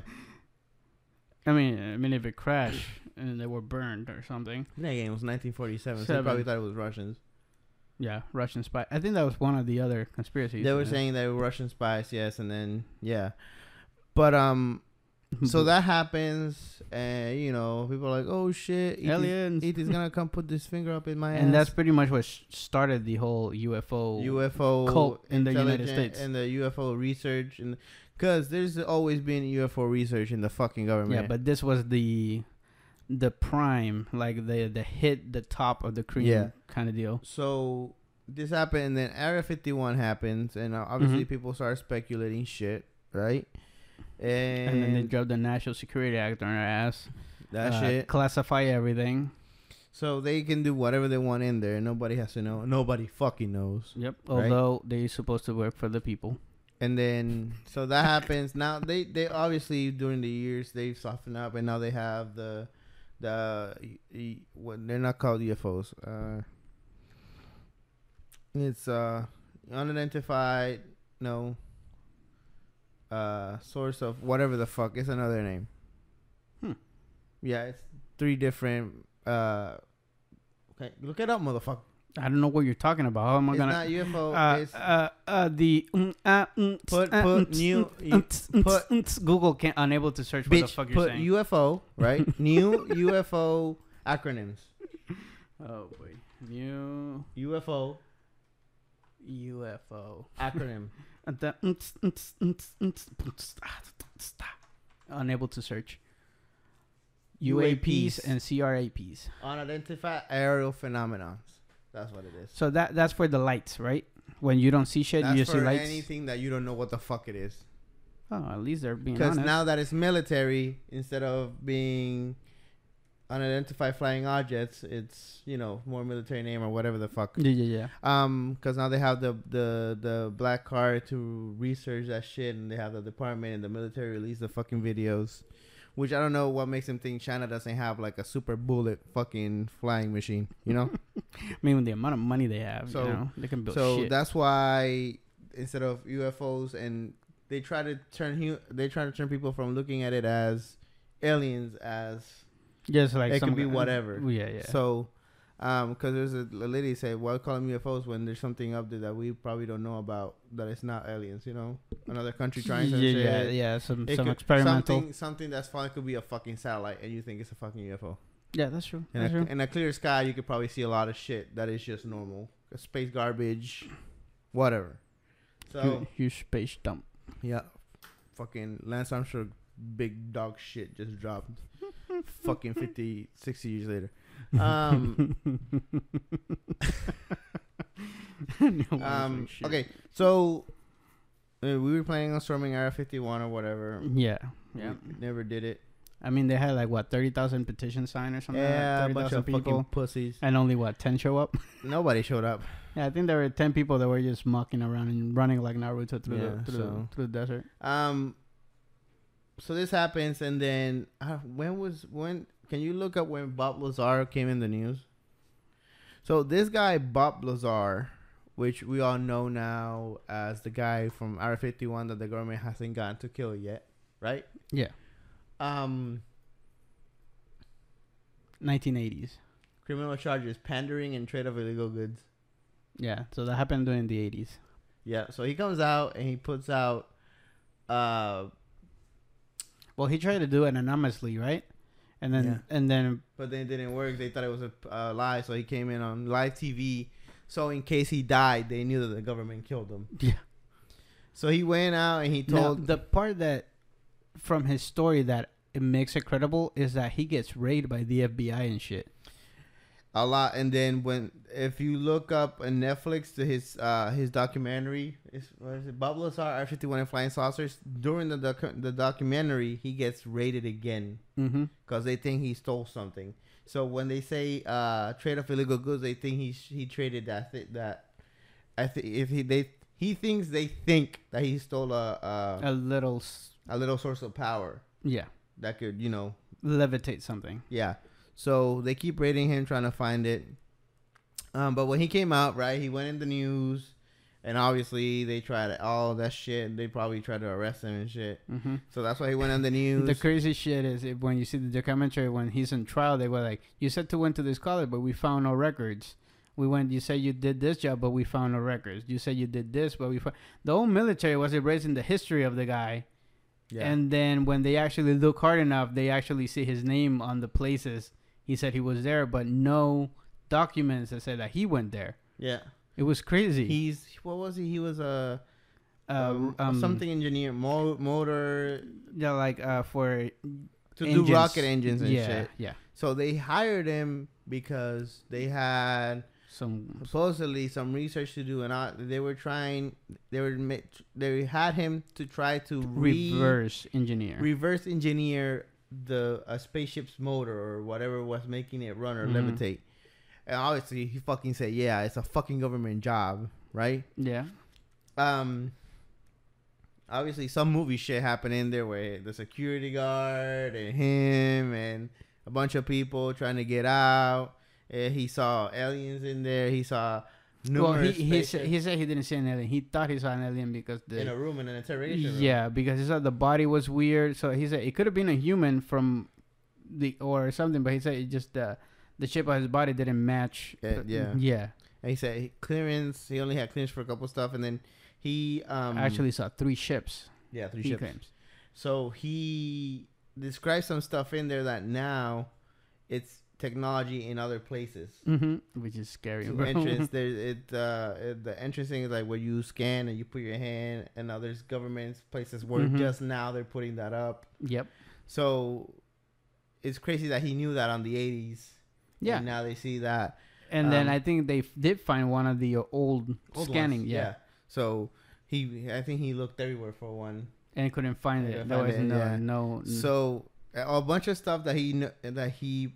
Speaker 2: I mean, I mean, if it crashed and they were burned or something,
Speaker 1: That game was 1947, so they
Speaker 2: Seven.
Speaker 1: probably thought it was Russians.
Speaker 2: yeah, Russian spy. I think that was one of the other conspiracies.
Speaker 1: They were
Speaker 2: uh,
Speaker 1: saying they were Russian spies, yes, and then, yeah. But, um, so that happens, and, you know, people are like, oh shit, ET's
Speaker 2: aliens.
Speaker 1: ET's gonna come put this finger up in my ass.
Speaker 2: and that's pretty much what sh- started the whole UFO.
Speaker 1: UFO
Speaker 2: cult in the United
Speaker 1: intelligent-
Speaker 2: States.
Speaker 1: and the UFO research and because there's always been UFO research in the fucking government.
Speaker 2: yeah, but this was the the prime, like the the hit the top of the cream
Speaker 1: Yeah.
Speaker 2: kind of deal.
Speaker 1: so this happened, and then Area 51 happens, and uh, obviously
Speaker 2: Mhm.
Speaker 1: people start speculating shit, right? And,
Speaker 2: And, then they dropped the National Security Act on our ass.
Speaker 1: that
Speaker 2: uh,
Speaker 1: shit.
Speaker 2: Classify everything.
Speaker 1: So they can do whatever they want in there. and Nobody has to know. Nobody fucking knows.
Speaker 2: Yep.
Speaker 1: Right.
Speaker 2: Although they supposed to work for the people.
Speaker 1: And then so that happens. Now they they obviously during the years they've softened up, and now they have the the e- what they're not called UFOs. Uh, it's uh unidentified no uh source of whatever the fuck. It's another name.
Speaker 2: Hmm.
Speaker 1: Yeah, it's three different. uh Okay, look it up, motherfucker.
Speaker 2: I don't know what you're talking about. How am I
Speaker 1: It's
Speaker 2: gonna?
Speaker 1: not UFO.
Speaker 2: uh,
Speaker 1: it's
Speaker 2: uh, uh, the mm, uh, mm,
Speaker 1: put
Speaker 2: uh,
Speaker 1: put
Speaker 2: mm,
Speaker 1: new.
Speaker 2: mm, mm,
Speaker 1: put-
Speaker 2: mm, Google can't unable to search what the
Speaker 1: bitch
Speaker 2: fuck you're
Speaker 1: put
Speaker 2: saying.
Speaker 1: UFO right new UFO acronyms
Speaker 2: oh boy, new
Speaker 1: UFO
Speaker 2: UFO.
Speaker 1: acronym
Speaker 2: And the unts, unts, unts, unts, unts, ah, unts, ah. unable to search UAPs
Speaker 1: UAPs.
Speaker 2: and CRAPs.
Speaker 1: unidentified aerial phenomenons that's what it is
Speaker 2: So that that's for the lights, right? When you don't see shit,
Speaker 1: that's
Speaker 2: you just see
Speaker 1: for
Speaker 2: lights.
Speaker 1: anything that you don't know what the fuck it is
Speaker 2: Oh, at least they're being
Speaker 1: because
Speaker 2: honest.
Speaker 1: now that it's military instead of being unidentified flying objects it's you know more military name or whatever the fuck
Speaker 2: yeah, yeah, yeah.
Speaker 1: Um, because now they have the the the black card to research that shit, and they have the department and the military release the fucking videos, Which I don't know what makes them think China doesn't have like a super bullet fucking flying machine. You know.
Speaker 2: I mean, with the amount of money they have,
Speaker 1: So-
Speaker 2: you know, they can build
Speaker 1: so
Speaker 2: shit.
Speaker 1: that's why instead of UFOs and they try to turn hu- they try to turn people from looking at it as aliens as
Speaker 2: Just like
Speaker 1: it
Speaker 2: some
Speaker 1: can be
Speaker 2: guy-
Speaker 1: whatever.
Speaker 2: Yeah, yeah.
Speaker 1: so um because there's a, a lady say why call them UFOs when there's something up there that we probably don't know about that it's not aliens you know another country trying to
Speaker 2: yeah,
Speaker 1: shit.
Speaker 2: yeah, yeah, some
Speaker 1: It
Speaker 2: some
Speaker 1: could-
Speaker 2: experimental.
Speaker 1: something, something that's fun could be a fucking satellite and you think it's a fucking UFO
Speaker 2: Yeah, that's true.
Speaker 1: in
Speaker 2: that's
Speaker 1: a,
Speaker 2: true.
Speaker 1: in a clear sky you could probably see a lot of shit that is just normal space garbage whatever so
Speaker 2: Huge- huge space dump.
Speaker 1: Yeah. Fucking Lance Armstrong big dog shit just dropped fucking 50, 60 years later. Um, um, okay, so uh, we were planning on storming Area 51 or whatever.
Speaker 2: Yeah, Mm, yeah.
Speaker 1: We never did it.
Speaker 2: I mean, they had like what thirty thousand petition sign or something.
Speaker 1: yeah, a
Speaker 2: Yeah, like
Speaker 1: bunch
Speaker 2: 30,000
Speaker 1: of fucking
Speaker 2: people,
Speaker 1: pussies.
Speaker 2: and only what ten show up.
Speaker 1: Nobody showed up.
Speaker 2: yeah, I think there were ten people that were just mucking around and running like Naruto through
Speaker 1: Yeah,
Speaker 2: the through,
Speaker 1: so-
Speaker 2: the, through the desert.
Speaker 1: Um, so this happens, and then uh, when was when? Can you look up when Bob Lazar came in the news? So this guy Bob Lazar, which we all know now as the guy from Area 51 that the government hasn't gotten to kill yet, right?
Speaker 2: Yeah,
Speaker 1: Um,
Speaker 2: nineteen eighties.
Speaker 1: criminal charges: pandering and trade of illegal goods.
Speaker 2: Yeah, so that happened during the eighties.
Speaker 1: Yeah. So he comes out and he puts out, uh,
Speaker 2: Well, he tried to do it anonymously, right? And then and then
Speaker 1: but then it didn't work. They thought it was a uh, lie, so he came in on live TV. So in case he died, they knew that the government killed him.
Speaker 2: yeah.
Speaker 1: So he went out and he
Speaker 2: Now,
Speaker 1: told.
Speaker 2: the part that from his story that it makes it credible is that he gets raided by the FBI and shit.
Speaker 1: a lot and then when if you look up on netflix to his uh his documentary is what is it bob lazar r51 and flying saucers during the docu- the documentary he gets raided again
Speaker 2: Mm-hmm.
Speaker 1: because they think he stole something so when they say uh trade of illegal goods they think he sh- he traded that th- that i think if he they he thinks they think that he stole a, a
Speaker 2: A little, s-
Speaker 1: a little source of power
Speaker 2: yeah,
Speaker 1: that could you know
Speaker 2: levitate something.
Speaker 1: yeah. So they keep raiding him, trying to find it. Um, but when he came out, right, he went in the news, and obviously they tried all that shit. They probably tried to arrest him and shit.
Speaker 2: Mm-hmm.
Speaker 1: So that's why he went on the news.
Speaker 2: The crazy shit is if, when you see the documentary when he's in trial, they were like, "You said to went to this college, but we found no records. We went. You said you did this job, but we found no records. You said you did this, but we found the whole military was erasing the history of the guy."
Speaker 1: yeah.
Speaker 2: And then when they actually look hard enough, they actually see his name on the places he said he was there, but no documents that said that he went there.
Speaker 1: yeah.
Speaker 2: It was crazy.
Speaker 1: He's what was he? He was a
Speaker 2: uh, um,
Speaker 1: something engineer, mo- motor
Speaker 2: yeah, like uh,
Speaker 1: to
Speaker 2: for engines.
Speaker 1: do rocket engines and
Speaker 2: yeah,
Speaker 1: shit.
Speaker 2: Yeah,
Speaker 1: So they hired him because they had
Speaker 2: some
Speaker 1: supposedly some research to do, and I, they were trying. They were ma- they had him to try to re- reverse
Speaker 2: reverse engineer.
Speaker 1: engineer the a spaceship's motor or whatever was making it run or
Speaker 2: Mhm.
Speaker 1: levitate. And obviously, he fucking said, "Yeah, it's a fucking government job, right?"
Speaker 2: yeah,
Speaker 1: Um. Obviously, some movie shit happened in there where the security guard and him and a bunch of people trying to get out. And he saw aliens in there. He saw
Speaker 2: well, he
Speaker 1: numerous
Speaker 2: he, sa-
Speaker 1: spaceships
Speaker 2: he said he didn't see an alien. He thought he saw an alien because the
Speaker 1: in a room in an interrogation room.
Speaker 2: Yeah, because he said the body was weird. So he said it could have been a human from the or something, but he said it just uh, the shape of his body didn't match.
Speaker 1: Yeah,
Speaker 2: But-
Speaker 1: Eh, yeah.
Speaker 2: yeah.
Speaker 1: And he said he- clearance. He only had clearance for a couple stuff, and then he um
Speaker 2: Actually, saw three ships.
Speaker 1: yeah three
Speaker 2: he
Speaker 1: ships.
Speaker 2: claims.
Speaker 1: So he describes some stuff in there that now it's technology in other places.
Speaker 2: Mm-hmm. Which is scary.
Speaker 1: two
Speaker 2: bro.
Speaker 1: entrance. There's it. Uh, it- the entrance thing is like where you scan and you put your hand, and now there's governments places where
Speaker 2: Mhm.
Speaker 1: just now they're putting that up.
Speaker 2: Yep.
Speaker 1: So it's crazy that he knew that on the 80s.
Speaker 2: Yeah.
Speaker 1: And now they see that
Speaker 2: And then
Speaker 1: um,
Speaker 2: I think they f- did find one of the uh, old,
Speaker 1: Old
Speaker 2: scanning.
Speaker 1: ones,
Speaker 2: Yeah.
Speaker 1: So he, I think he looked everywhere for one.
Speaker 2: And couldn't find
Speaker 1: Yeah,
Speaker 2: it. There
Speaker 1: find
Speaker 2: was
Speaker 1: it,
Speaker 2: no,
Speaker 1: yeah.
Speaker 2: no.
Speaker 1: So a bunch of stuff that he kn- that he.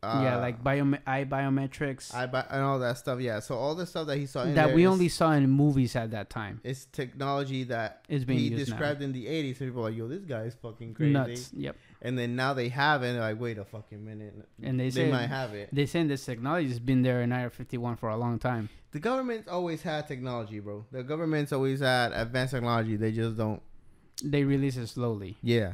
Speaker 1: Uh,
Speaker 2: yeah, like biome- eye biometrics
Speaker 1: I buy and all that stuff. Yeah. So all the stuff that he saw in
Speaker 2: that
Speaker 1: there
Speaker 2: we
Speaker 1: is-
Speaker 2: only saw in movies at that time.
Speaker 1: is technology that
Speaker 2: It's being
Speaker 1: he
Speaker 2: used now.
Speaker 1: described in the 80s. So people are like, yo, this guy is fucking crazy.
Speaker 2: Nuts. Yep.
Speaker 1: and then now they have it. And they're like, wait a fucking minute.
Speaker 2: And they
Speaker 1: they
Speaker 2: say-
Speaker 1: might have it.
Speaker 2: They saying this technology has been there in Area 51 for a long time.
Speaker 1: The government's always had technology, bro. The government's always had advanced technology. They just don't.
Speaker 2: They release it slowly
Speaker 1: Yeah.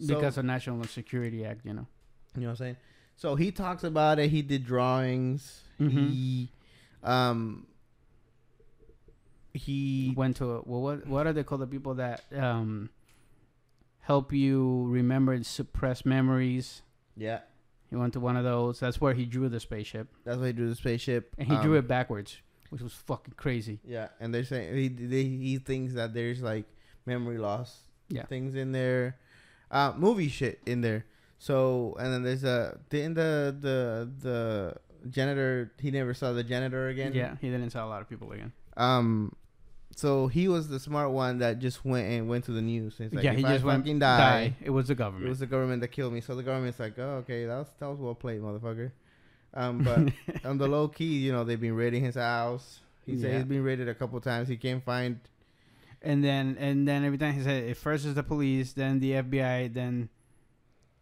Speaker 1: So-
Speaker 2: because of National Security Act, you know.
Speaker 1: You know what I'm saying? So he talks about it. He did drawings.
Speaker 2: Mhm.
Speaker 1: He, um, he
Speaker 2: Went to a, well, what what are they called? The people that um help you remember and suppress memories.
Speaker 1: yeah.
Speaker 2: He went to one of those. That's where he drew the spaceship,
Speaker 1: That's why he drew the spaceship.
Speaker 2: and he drew
Speaker 1: Um,
Speaker 2: it backwards, which was fucking crazy.
Speaker 1: Yeah, and they're saying he they, he thinks that there's like memory loss.
Speaker 2: Yeah.
Speaker 1: Things in there, uh, movie shit in there. So and then there's a didn't the the the janitor he never saw the janitor again.
Speaker 2: Yeah, he didn't tell a lot of people again.
Speaker 1: Um, so he was the smart one that just went and went to the news. And it's like,
Speaker 2: yeah,
Speaker 1: if
Speaker 2: he
Speaker 1: I
Speaker 2: just went
Speaker 1: fucking die.
Speaker 2: It was the
Speaker 1: It
Speaker 2: government.
Speaker 1: was the government that killed me. So the government's like, oh, okay, that was, that was well played, motherfucker. Um, but on the low key, you know, they've been raiding his house. He said
Speaker 2: Yeah.
Speaker 1: he's been raided a couple times. He can't find.
Speaker 2: and then and then every time he said it first is the police then the fbi then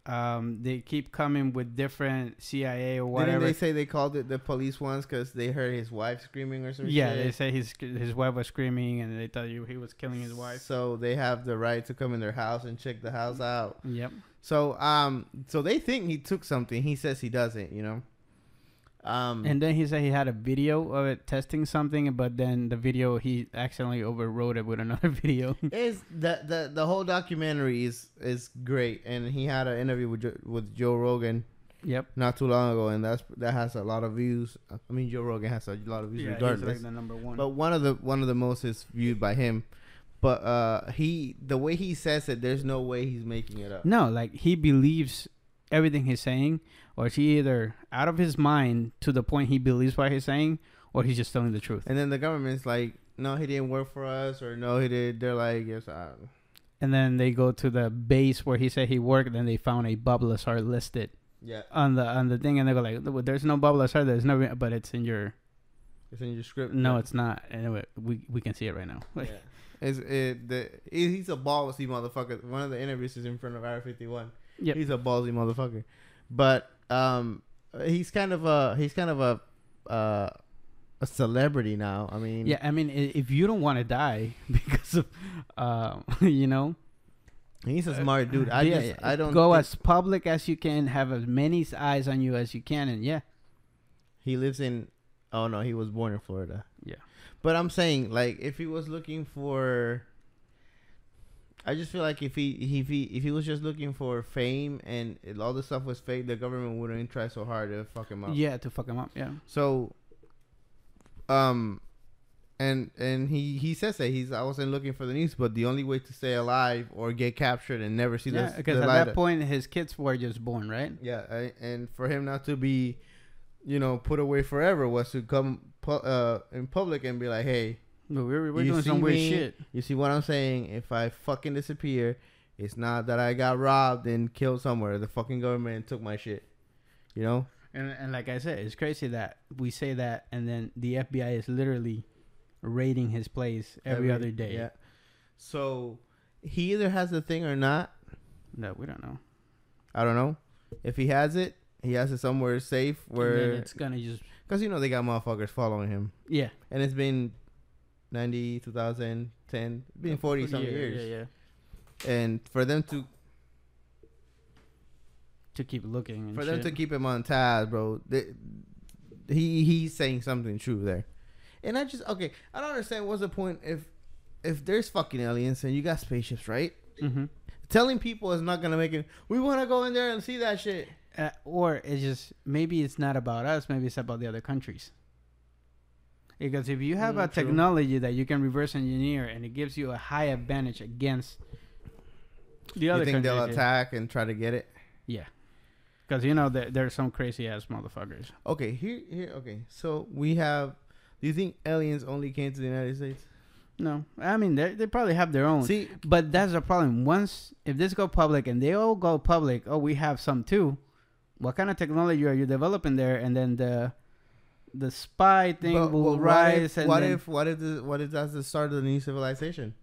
Speaker 2: um they keep coming with different cia or
Speaker 1: Didn't
Speaker 2: whatever
Speaker 1: they say they called it the police once because they heard his wife screaming or something?
Speaker 2: yeah they say his his wife was screaming and they thought you he was killing his wife
Speaker 1: So they have the right to come in their house and check the house out.
Speaker 2: yep
Speaker 1: So um, so they think he took something. He says he doesn't. You know. Um.
Speaker 2: and then he said he had a video of it testing something but then the video he accidentally overrode it with another video
Speaker 1: is the, the the whole documentary is is great and he had an interview with jo- with Joe Rogan
Speaker 2: yep
Speaker 1: not too long ago and that's that has a lot of views I mean Joe Rogan has a lot of views
Speaker 2: yeah, he's
Speaker 1: regardless
Speaker 2: like the number one
Speaker 1: but one of the one of the most is viewed by him but uh he the way he says it there's no way he's making it up
Speaker 2: No, like he believes everything he's saying, or he either out of his mind to the point he believes what he's saying, or he's just telling the truth.
Speaker 1: and then the government's like no he didn't work for us or no he did they're like yes I
Speaker 2: And then they go to the base where he said he worked, and they found a bubble SR listed
Speaker 1: yeah
Speaker 2: on the on the thing, and they go like, "Well, "There's no bubble SR. There's no, re- but it's in your
Speaker 1: it's in your script
Speaker 2: no, it's not." Anyway, we we can see it right now.
Speaker 1: yeah.
Speaker 2: Like,
Speaker 1: It's, it, the, he's a ballsy motherfucker. One of the interviews is in front of Area 51.
Speaker 2: Yep.
Speaker 1: He's a ballsy motherfucker. But um, he's kind of a he's kind of a uh, a celebrity now. I mean,
Speaker 2: yeah, I mean, i- if you don't want to die because of, um, you know,
Speaker 1: he's a smart dude. I
Speaker 2: Uh, Yeah,
Speaker 1: just I don't
Speaker 2: go
Speaker 1: think-
Speaker 2: as public as you can, have as many eyes on you as you can, and yeah,
Speaker 1: He lives in. Oh no, he was born in Florida.
Speaker 2: Yeah.
Speaker 1: But I'm saying, like, if he was looking for, I just feel like if he if he if he was just looking for fame and all the stuff was fake, the government wouldn't try so hard to fuck him up.
Speaker 2: yeah, to fuck him up, yeah.
Speaker 1: So, um, and and he he says that he's I wasn't looking for the news, but the only way to stay alive or get captured and never see
Speaker 2: Yeah,
Speaker 1: the
Speaker 2: because
Speaker 1: the
Speaker 2: at
Speaker 1: light
Speaker 2: that
Speaker 1: of-
Speaker 2: point his kids were just born, right?
Speaker 1: yeah, I, and for him not to be, you know, put away forever was to come pu- uh in public and be like, hey,
Speaker 2: We were, we're
Speaker 1: You
Speaker 2: doing
Speaker 1: see
Speaker 2: some weird
Speaker 1: me?
Speaker 2: shit.
Speaker 1: you see what I'm saying? If I fucking disappear, it's not that I got robbed and killed somewhere. The fucking government took my shit. You know,
Speaker 2: And, and like I said, it's crazy that we say that, and then the FBI is literally raiding his place every, other day.
Speaker 1: Yeah. So he either has the thing or not.
Speaker 2: No, we don't know.
Speaker 1: I don't know. If he has it, he has it somewhere safe
Speaker 2: and
Speaker 1: where
Speaker 2: then it's gonna just
Speaker 1: because you know they got motherfuckers following him,
Speaker 2: yeah,
Speaker 1: and it's been 90, 2010, it's been forty some
Speaker 2: Yeah,
Speaker 1: years,
Speaker 2: Yeah, yeah.
Speaker 1: and for them to
Speaker 2: To keep looking. And
Speaker 1: for them
Speaker 2: Oh, shit.
Speaker 1: to keep him on task, bro, they, he he's saying something true there, and I just okay, I don't understand what's the point if if there's fucking aliens and you got spaceships, right?
Speaker 2: Mhm.
Speaker 1: Telling people is not gonna make it. We want to go in there and see that shit.
Speaker 2: Uh, or it's just maybe it's not about us. Maybe it's about the other countries. Because if you have
Speaker 1: Mm,
Speaker 2: a
Speaker 1: true.
Speaker 2: technology that you can reverse engineer and it gives you a high advantage against the
Speaker 1: You
Speaker 2: other
Speaker 1: think they'll
Speaker 2: countries,
Speaker 1: attack and try to get it?
Speaker 2: because you know there, there are some crazy ass motherfuckers.
Speaker 1: Okay, here, here. Okay, so we have. Do you think aliens only came to the United States?
Speaker 2: No, I mean they they probably have their own.
Speaker 1: See,
Speaker 2: But that's the problem. Once if this go public and they all go public, oh we have some too. What kind of technology are you developing there? And then the the spy thing
Speaker 1: but-
Speaker 2: will
Speaker 1: but
Speaker 2: rise.
Speaker 1: What if?
Speaker 2: and
Speaker 1: What
Speaker 2: then-
Speaker 1: if? What if, the, what if that's the start of the new civilization?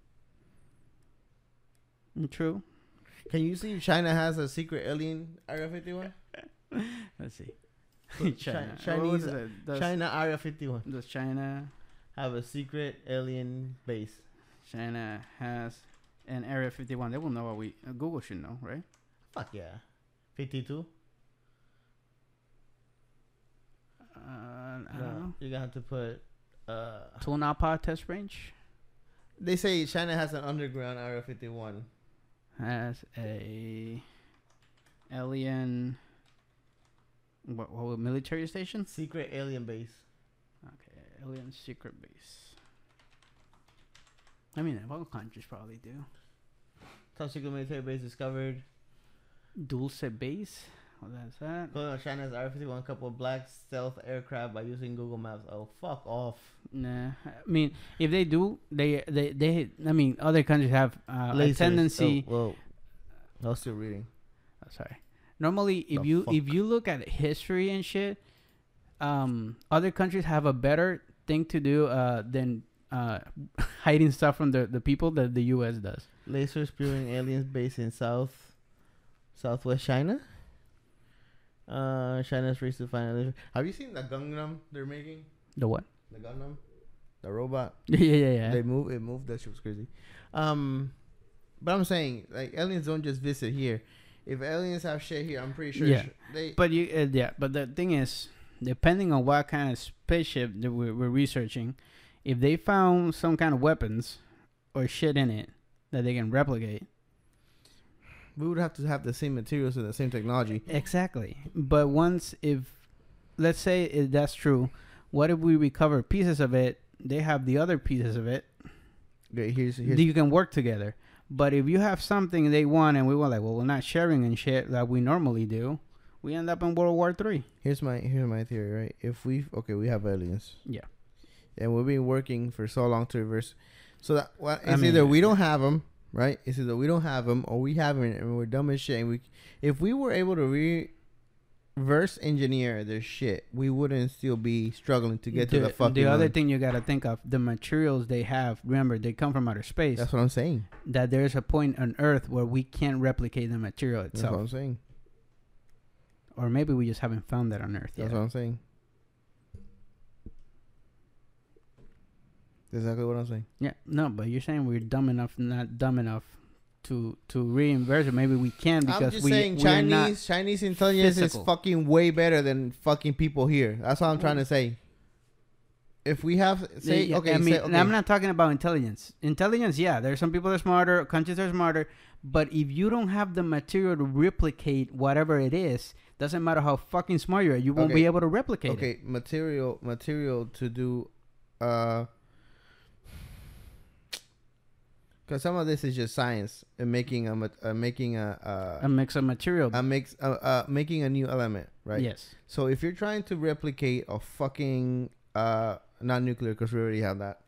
Speaker 2: Mm, True.
Speaker 1: Can you see China has a secret alien Area 51?
Speaker 2: Let's see.
Speaker 1: Chi-
Speaker 2: China. What
Speaker 1: Chinese
Speaker 2: was it? Does,
Speaker 1: China Area 51
Speaker 2: does China
Speaker 1: have a secret alien base.
Speaker 2: China has an Area 51? They will know what we uh, Google should know, right?
Speaker 1: Fuck yeah. 52?
Speaker 2: Uh, I don't know.
Speaker 1: You're gonna have to put. Uh,
Speaker 2: Tonapa test range
Speaker 1: they say China has an underground Area 51.
Speaker 2: has a alien. What, what were military stations?
Speaker 1: Secret alien base.
Speaker 2: Okay, alien secret base. I mean, all countries probably do.
Speaker 1: Top secret military base discovered.
Speaker 2: Dulce base. What is that?
Speaker 1: Going on China's Area 51 couple black stealth aircraft by using Google Maps. Oh, fuck off.
Speaker 2: Nah, I mean, if they do, they they they. I mean, other countries have uh, a
Speaker 1: Lasers.
Speaker 2: tendency.
Speaker 1: Oh, whoa. I was still reading.
Speaker 2: oh, sorry. Normally, if
Speaker 1: The
Speaker 2: you
Speaker 1: fuck?
Speaker 2: if you look at history and shit, um, other countries have a better thing to do uh, than uh, hiding stuff from the, the people that the U.S. does.
Speaker 1: Laser spewing aliens based in South Southwest China. Uh, China's race to find. a- Have you seen the Gangnam they're making?
Speaker 2: The what?
Speaker 1: The Gangnam, the robot.
Speaker 2: yeah, yeah, yeah.
Speaker 1: They move. It moved. That shit was crazy. Um, but I'm saying like aliens don't just visit here. If aliens have shit here, I'm pretty sure
Speaker 2: Yeah.
Speaker 1: they.
Speaker 2: But you, uh, yeah. But the thing is, depending on what kind of spaceship that we're, we're researching, if they found some kind of weapons or shit in it that they can replicate,
Speaker 1: we would have to have the same materials and the same technology.
Speaker 2: exactly. But once, if let's say if that's true, what if we recover pieces of it? They have the other pieces of it.
Speaker 1: Okay, here's here's
Speaker 2: that You can work together. But if you have something they want and we were like, well, we're not sharing and shit like we normally do, we end up in World War Three.
Speaker 1: Here's my here's my theory, right? If we okay, we have aliens.
Speaker 2: Yeah.
Speaker 1: And we've been working for so long to reverse. So that well,
Speaker 2: I
Speaker 1: it's
Speaker 2: mean-
Speaker 1: either we don't have them, right? It's either we don't have them or we have them and we're dumb as shit. And we, if we were able to re- reverse engineer their shit, we wouldn't still be struggling to get to the
Speaker 2: Dude,
Speaker 1: fucking.
Speaker 2: The other
Speaker 1: moon.
Speaker 2: thing you got to think of the materials they have. Remember, they come from outer space.
Speaker 1: That's what I'm saying.
Speaker 2: that there is a point on Earth where we can't replicate the material
Speaker 1: That's what
Speaker 2: itself,
Speaker 1: I'm saying.
Speaker 2: or maybe we just haven't found that on Earth
Speaker 1: That's
Speaker 2: yet.
Speaker 1: what I'm saying. That's exactly what I'm saying.
Speaker 2: yeah, no, but you're saying we're dumb enough, not dumb enough to to reinverse it. Maybe we can because
Speaker 1: I'm just
Speaker 2: we
Speaker 1: saying
Speaker 2: we are not-
Speaker 1: Chinese Chinese intelligence
Speaker 2: physical.
Speaker 1: is fucking way better than fucking people here. That's what I'm trying to say. If we have say
Speaker 2: Yeah,
Speaker 1: okay,
Speaker 2: I mean,
Speaker 1: say,
Speaker 2: and
Speaker 1: okay.
Speaker 2: I'm not talking about intelligence. Intelligence, yeah, there's some people that are smarter, countries that are smarter, but if you don't have the material to replicate whatever it is, doesn't matter how fucking smart you are, you won't
Speaker 1: Okay.
Speaker 2: be able to replicate it.
Speaker 1: okay, material material to do uh cuz some of this is just science and making a mat- uh, making a
Speaker 2: A
Speaker 1: uh,
Speaker 2: mix of material.
Speaker 1: a mix uh, uh, making a new element, right?
Speaker 2: Yes.
Speaker 1: So if you're trying to replicate a fucking uh not nuclear cuz we already have that.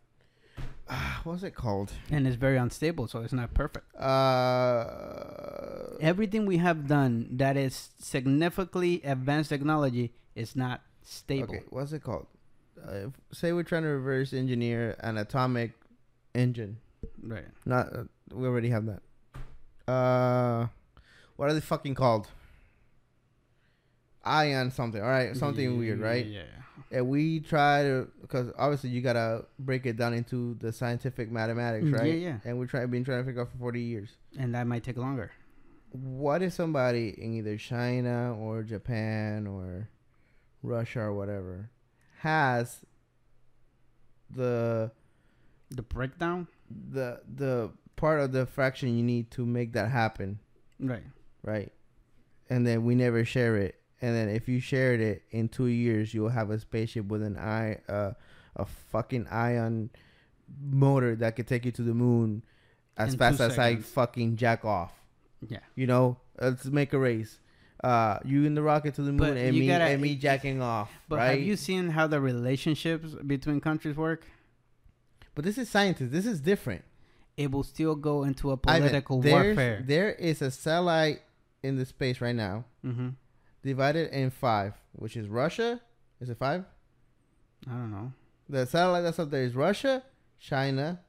Speaker 1: Uh, what's it called?
Speaker 2: And it's very unstable, so it's not perfect.
Speaker 1: Uh,
Speaker 2: Everything we have done that is significantly advanced technology is not stable.
Speaker 1: okay, what's it called? Uh, if, say we're trying to reverse engineer an atomic engine.
Speaker 2: Right.
Speaker 1: Not uh, we already have that. Uh, what are they fucking called? Ion something. All right, something weird, right?
Speaker 2: Yeah.
Speaker 1: And we try to because obviously you gotta break it down into the scientific mathematics,
Speaker 2: Mm,
Speaker 1: right?
Speaker 2: Yeah, yeah.
Speaker 1: And we're trying been trying to figure out for forty years.
Speaker 2: And that might take longer.
Speaker 1: what if somebody in either China or Japan or Russia or whatever has the
Speaker 2: The breakdown?
Speaker 1: the the part of the fraction you need to make that happen,
Speaker 2: Right.
Speaker 1: right? And then we never share it. And then if you shared it in two years, you'll have a spaceship with an eye, uh, a fucking ion motor that could take you to the moon as
Speaker 2: In
Speaker 1: fast
Speaker 2: two
Speaker 1: as
Speaker 2: seconds.
Speaker 1: I fucking jack off
Speaker 2: Yeah.
Speaker 1: you know, let's make a race. Uh, you in the rocket to the moon
Speaker 2: But
Speaker 1: and
Speaker 2: you
Speaker 1: me
Speaker 2: gotta-
Speaker 1: and me jacking off,
Speaker 2: But
Speaker 1: right?
Speaker 2: have you seen how the relationships between countries work?
Speaker 1: but this is scientists. This is different.
Speaker 2: It will still go into a
Speaker 1: Ivan,
Speaker 2: political
Speaker 1: there's-
Speaker 2: warfare.
Speaker 1: There is a satellite in the space right now,
Speaker 2: mm-hmm.
Speaker 1: divided in five, which is Russia. Is it five?
Speaker 2: I don't know.
Speaker 1: The satellite that's up there is Russia, China,